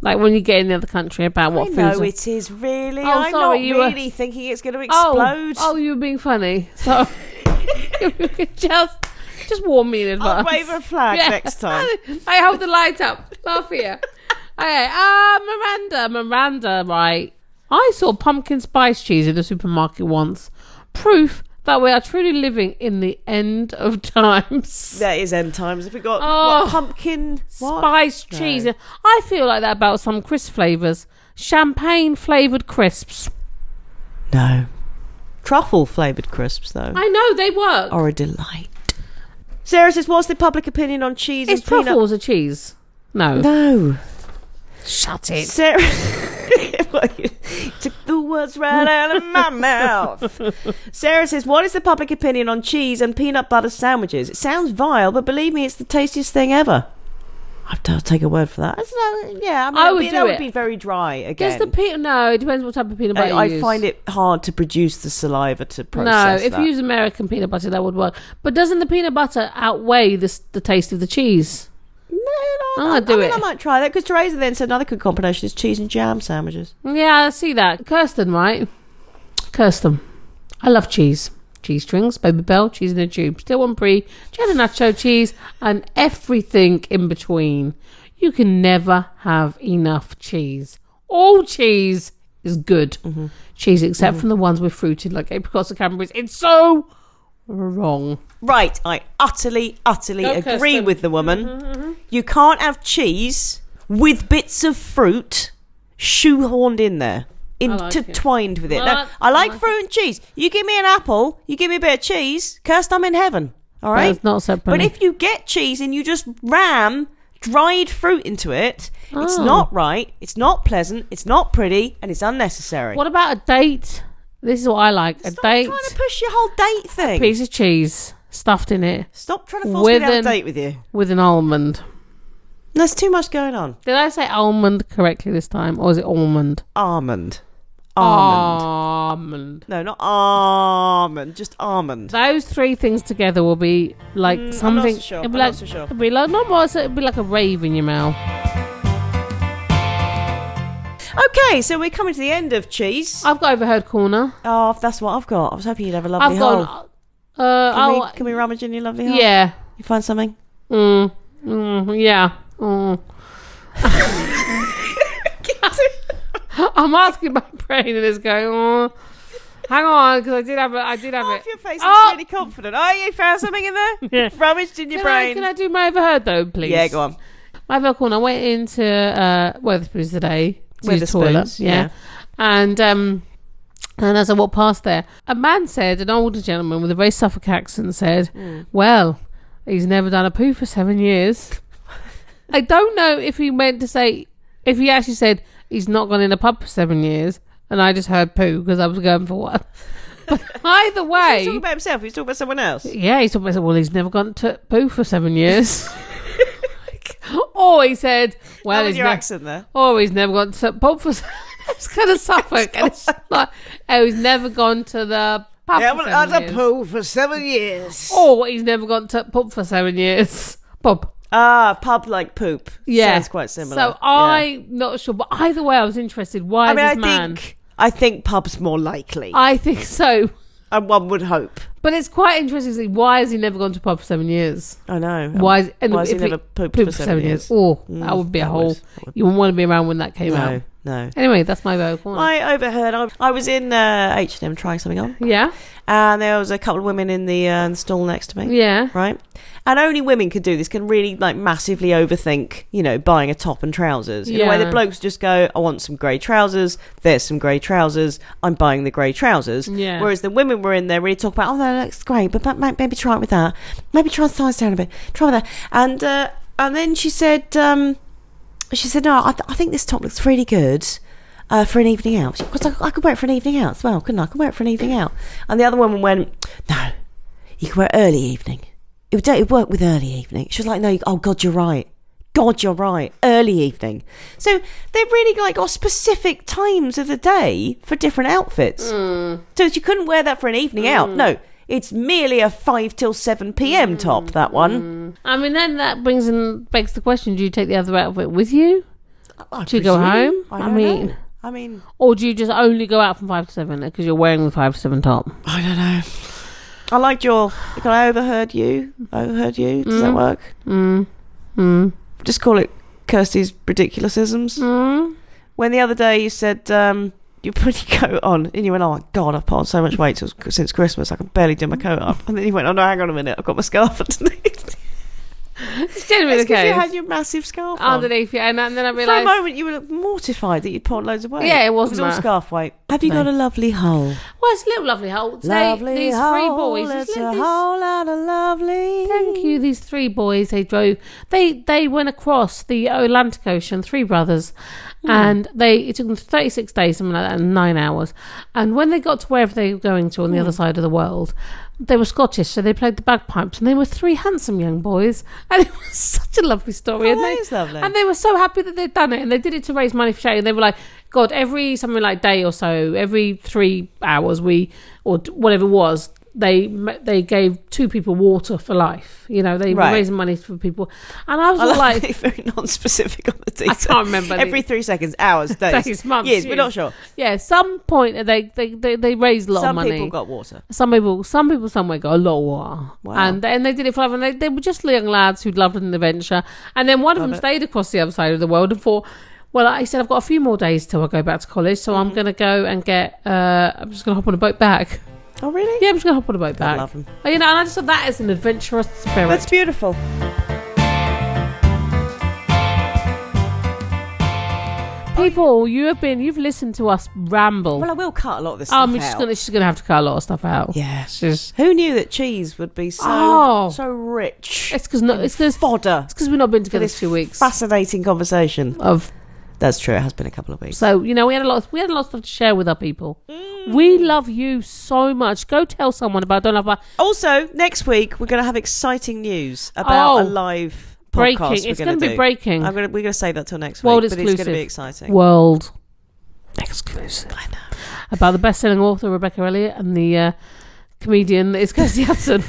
S1: like when you get in the other country about what
S2: I
S1: foods.
S2: know
S1: are-
S2: it is really.
S1: Oh,
S2: I'm
S1: sorry,
S2: not
S1: you were-
S2: really thinking it's going to
S1: Oh,
S2: explode.
S1: Oh, you were being funny. So [laughs] just just warn me in
S2: I'll
S1: advance.
S2: wave a flag
S1: Yeah.
S2: next time.
S1: [laughs] I hold the light up. Laugh here. Okay, uh, Miranda, Miranda, right. I saw pumpkin spice cheese in the supermarket once. Proof that we are truly living in the end of [laughs] times.
S2: That is end times. Have we got
S1: Oh.
S2: what, pumpkin what?
S1: Spice cheese. I feel like that about some crisp flavours. Champagne flavoured crisps.
S2: No. Truffle flavoured crisps, though,
S1: I know they work.
S2: are a delight. Sarah says, What's the public opinion on cheese
S1: Is
S2: and peanut?
S1: truffles a cheese? No.
S2: No.
S1: Shut it.
S2: Sarah. [laughs] Well, you Took the words right out of my mouth. Sarah says, What is the public opinion on cheese and peanut butter sandwiches? It sounds vile, but believe me, it's the tastiest thing ever. I- I'll take a word for that. It's not- yeah, I, mean,
S1: I
S2: it'd
S1: would
S2: be-
S1: do
S2: that
S1: it.
S2: would be very dry
S1: Does
S2: again.
S1: the peanut? No, it depends what type of peanut
S2: I,
S1: butter
S2: I
S1: you use.
S2: find it hard to produce the saliva to
S1: No,
S2: process.
S1: if you use American peanut butter, that would work. But doesn't the peanut butter outweigh this, the taste of the cheese?
S2: no, no,
S1: I'll
S2: I,
S1: do
S2: I mean,
S1: it.
S2: I might try that because Teresa then said another good combination is cheese and jam sandwiches.
S1: Yeah, I see that. Kirsten, right? Kirsten. I love cheese. Cheese strings, baby bell, cheese in a tube, still on brie, cheddar nacho cheese, and everything in between. You can never have enough cheese. All cheese is good.
S2: Mm-hmm.
S1: Cheese, except from the ones with fruited, like apricots or cranberries. It's so wrong.
S2: Right, I utterly, utterly
S1: Go,
S2: agree
S1: Kirsten.
S2: with the woman.
S1: Mm-hmm,
S2: You can't have cheese with bits of fruit shoehorned in there,
S1: like it.
S2: intertwined with it.
S1: I
S2: Now,
S1: like-
S2: I
S1: I
S2: like
S1: like
S2: fruit and cheese. You give me an apple, you give me a bit of cheese, cursed, I'm in heaven. All right?
S1: That's not separate.
S2: But if you get cheese and you just ram dried fruit into it, it's
S1: Oh.
S2: not right, it's not pleasant, it's not pretty, and it's unnecessary.
S1: What about a date? This is what I like. a
S2: Stop
S1: date,
S2: trying to push your whole date thing.
S1: piece of cheese stuffed in it
S2: Stop trying to force me
S1: With
S2: down a
S1: an-
S2: date with you.
S1: with an almond.
S2: There's too much going on.
S1: Did I say almond correctly this time, or is it almond?
S2: Almond. Almond.
S1: Almond.
S2: No, not almond. Just almond.
S1: Those three things together will be like
S2: Mm, I'm not
S1: something.
S2: so sure.
S1: It'll be
S2: I'm
S1: like,
S2: not so sure.
S1: It'll be like not more. So it'll be like a rave in your mouth.
S2: Okay, so we're coming to the end of cheese.
S1: I've got overheard corner.
S2: Oh, that's what I've got. I was hoping you'd have a lovely
S1: I've
S2: haul.
S1: got. Uh,
S2: Can,
S1: I'll-
S2: we, can we rummage in your lovely haul?
S1: yeah.
S2: You find something?
S1: Mm, mm, yeah. Mm. [laughs] I'm asking my brain, and it's going. Oh, hang on, because I did have it. I did have
S2: Oh,
S1: it.
S2: if your face is
S1: Oh!
S2: really confident. Oh, you found something in there?
S1: [laughs] Yeah.
S2: Rummaged in your
S1: Can I,
S2: brain.
S1: can I do my overheard though, please?
S2: yeah, go on.
S1: My overheard corner. I went into uh, Weatherspoons today to use the
S2: Wetherspoons,
S1: toilet. Yeah.
S2: yeah.
S1: and um, and as I walked past there, a man said, an older gentleman with a very Suffolk accent said, "Well, he's never done a poo for seven years." I don't know if he meant to say if he actually said he's not gone in a pub for seven years, and I just heard poo because I was going for one. [laughs] But either
S2: He's talking
S1: way,
S2: about himself. He's talking about someone else.
S1: yeah, he's talking about well, he's never gone to poo for seven years. [laughs] or he said,
S2: That
S1: well,
S2: was
S1: he's
S2: your
S1: ne-
S2: accent there.
S1: or he's never gone to pub for. [laughs] it's kind of Suffolk, and it's like, oh, he's never gone to the pub.
S4: I
S1: for
S4: haven't had
S1: seven
S4: a
S1: years. Oh!
S4: poo for seven years.
S1: Or he's never gone to pub for seven years. [laughs] Pub.
S2: Ah, pub like poop.
S1: Yeah,
S2: Sounds quite similar.
S1: So
S2: Yeah.
S1: I'm not sure, but either way, I was interested. Why
S2: I
S1: is
S2: mean, I
S1: this man? Uh,
S2: think, I think pub's more likely.
S1: I think [laughs] so,
S2: and one would hope.
S1: but it's quite interesting. to see Why has he never gone to pub for seven years?
S2: I know.
S1: Why? Is, and
S2: Why has he
S1: if he
S2: never pooped,
S1: pooped
S2: for seven, years?
S1: Oh, that
S2: Mm,
S1: would be a
S2: that
S1: whole.
S2: would- that would-
S1: You wouldn't want to be around when that came out.
S2: No, no.
S1: Anyway, that's my vote. corner.
S2: I overheard. I, I was in uh, H and M trying something on,
S1: yeah,
S2: and there was a couple of women in the, uh, stall next to me.
S1: yeah.
S2: Right, and only women can do this. Can really like massively overthink, you know, buying a top and trousers. In a way,
S1: Yeah.
S2: the blokes just go, "I want some grey trousers. There's some grey trousers. I'm buying the grey trousers."
S1: Yeah.
S2: Whereas the women were in there really talk about, "Oh, that looks great, but ma- ma- maybe try it with that. Maybe try the size down a bit. Try with that." And uh, and then she said, um, But she said, "No, I, th- I think this top looks really good uh, for an evening out because I, I could wear it for an evening out as well, couldn't I? I could wear it for an evening out." And the other woman went, "No, you can wear it early evening. It would, it would work with early evening." She was like, "No, you- oh God, you're right. God, you're right. Early evening." So they've really like got specific times of the day for different outfits. So you couldn't wear that for an evening out. No, it's merely a five till seven p.m. top. That one.
S1: I mean, then that brings in begs the question: Do you take the other outfit with you,
S2: I
S1: Do you go
S2: presume.
S1: home?
S2: I,
S1: I
S2: don't
S1: mean-
S2: know. I mean,
S1: or do you just only go out from five to seven because you're wearing the five to seven top?
S2: I don't know. I liked your. Can I overheard you? Overheard you? Does that work?
S1: Mm. Mm.
S2: Just call it Kirsty's ridiculousisms.
S1: Mm.
S2: When the other day you said um, you put your coat on, and you went, "Oh my god, I've put on so much weight since- since Christmas. I can barely do my coat up." And then you went, "Oh no, hang on a minute, I've got my scarf [laughs] underneath."
S1: It's generally
S2: It's
S1: the
S2: 'cause you
S1: case.
S2: had your massive scarf on.
S1: underneath you, and, and then Oh, I
S2: For a
S1: realised.
S2: moment, you were mortified that you'd put on loads of weight.
S1: Yeah, it
S2: It was
S1: wasn't
S2: all
S1: that.
S2: scarf weight. Have you
S1: No.
S2: got a lovely hole?
S1: Well, it's little lovely hole. They-
S2: lovely
S1: these
S2: hole.
S1: three boys. these
S2: It's a
S1: little- these-
S2: hole out of lovely.
S1: Thank you. These three boys. They drove. They they went across the Atlantic Ocean. Three brothers,
S2: Hmm.
S1: and they it took them thirty six days, something like that, and nine hours. And when they got to wherever they were going to on
S2: Hmm.
S1: the other side of the world, they were Scottish, so they played the bagpipes, and they were three handsome young boys, [laughs] and it was such a lovely story.
S2: Oh,
S1: and
S2: that
S1: they,
S2: is lovely.
S1: And they were so happy that they'd done it, and they did it to raise money for charity. And they were like, God, every something like day or so, every three hours, we or d- whatever it was, they ma- they gave two people water for life. You know, they
S2: Right.
S1: were raising money for people, and I was
S2: I
S1: all
S2: love
S1: like,
S2: that you're very non-specific on the detail.
S1: can't remember the-
S2: Every three seconds, hours,
S1: [laughs]
S2: days,
S1: Days, months,
S2: years. We're
S1: years.
S2: not sure.
S1: yeah, some point they they they, they raised a lot of
S2: Some
S1: money.
S2: people got water.
S1: some people, some people somewhere got a lot of water,
S2: Wow.
S1: and and they did it for love, and they, they were just young lads who'd loved an adventure, and then one of
S2: Love
S1: them
S2: it.
S1: stayed across the other side of the world and thought, well, I said I've got a few more days till I go back to college, so
S2: Mm.
S1: I'm gonna go and get, uh, I'm just gonna hop on a boat back.
S2: Oh, really?
S1: Yeah, I'm just gonna hop on a boat
S2: I
S1: back.
S2: love them.
S1: You know, and I just thought that is an adventurous spirit.
S2: That's beautiful.
S1: People, you have been, you've listened to us ramble.
S2: Well, I will cut a lot of this stuff
S1: um, she's
S2: out.
S1: gonna, she's gonna have to cut a lot of stuff out.
S2: Yeah.
S1: she's.
S2: Who knew that cheese would be so
S1: Oh.
S2: so rich?
S1: It's because no, it's because
S2: fodder
S1: it's because we've not been
S2: for
S1: together
S2: this
S1: two weeks.
S2: fascinating conversation.
S1: of
S2: That's true. It has been a couple of weeks.
S1: So you know, we had a lot. we had a lot of stuff to share with our people. We love you so much. Go tell someone about Don't Love Bar.
S2: Also, next week we're going to have exciting news about a
S1: Oh.
S2: live podcast.
S1: Breaking.
S2: We're
S1: It's going to
S2: do.
S1: be breaking.
S2: I'm gonna, we're going to save that till next
S1: World
S2: week, but it's going to be
S1: exclusive.
S2: exciting.
S1: World exclusive. About the best-selling author Rebecca Elliott and the uh, comedian that is Kirsty
S2: [laughs]
S1: Hudson.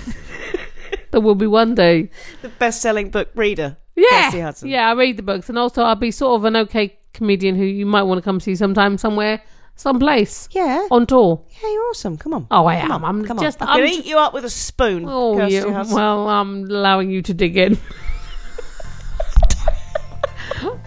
S1: there will be one day.
S2: The best-selling book reader.
S1: Yeah,
S2: Kirsty Hudson.
S1: yeah. I read the books, and also I'll be sort of an okay comedian who you might want to come see sometime, somewhere, someplace
S2: Yeah,
S1: on tour.
S2: yeah, you're awesome. Come on.
S1: Oh, I
S2: Come
S1: am.
S2: on,
S1: I'm
S2: come
S1: just.
S2: on. I'm
S1: I'm
S2: going to eat you up with a spoon.
S1: Oh,
S2: Kirsty
S1: you,
S2: Hudson.
S1: [laughs] well, I'm allowing you to dig
S2: [laughs]
S1: in.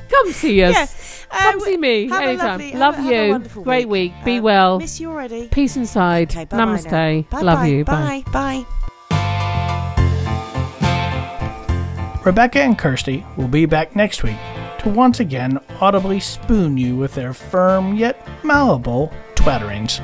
S1: Come see us.
S2: Yeah. Uh,
S1: Come
S2: w-
S1: see me
S2: have a
S1: anytime.
S2: lovely- have
S1: Love
S2: a- have a
S1: you.
S2: wonderful
S1: Great week. Be
S2: Uh,
S1: well.
S2: Miss you already.
S1: Peace inside.
S2: Okay, bye.
S1: Namaste.
S2: Bye,
S1: Love you. bye.
S2: Bye. Bye.
S3: Rebecca and Kirsty will be back next week to once again audibly spoon you with their firm yet malleable twatterings.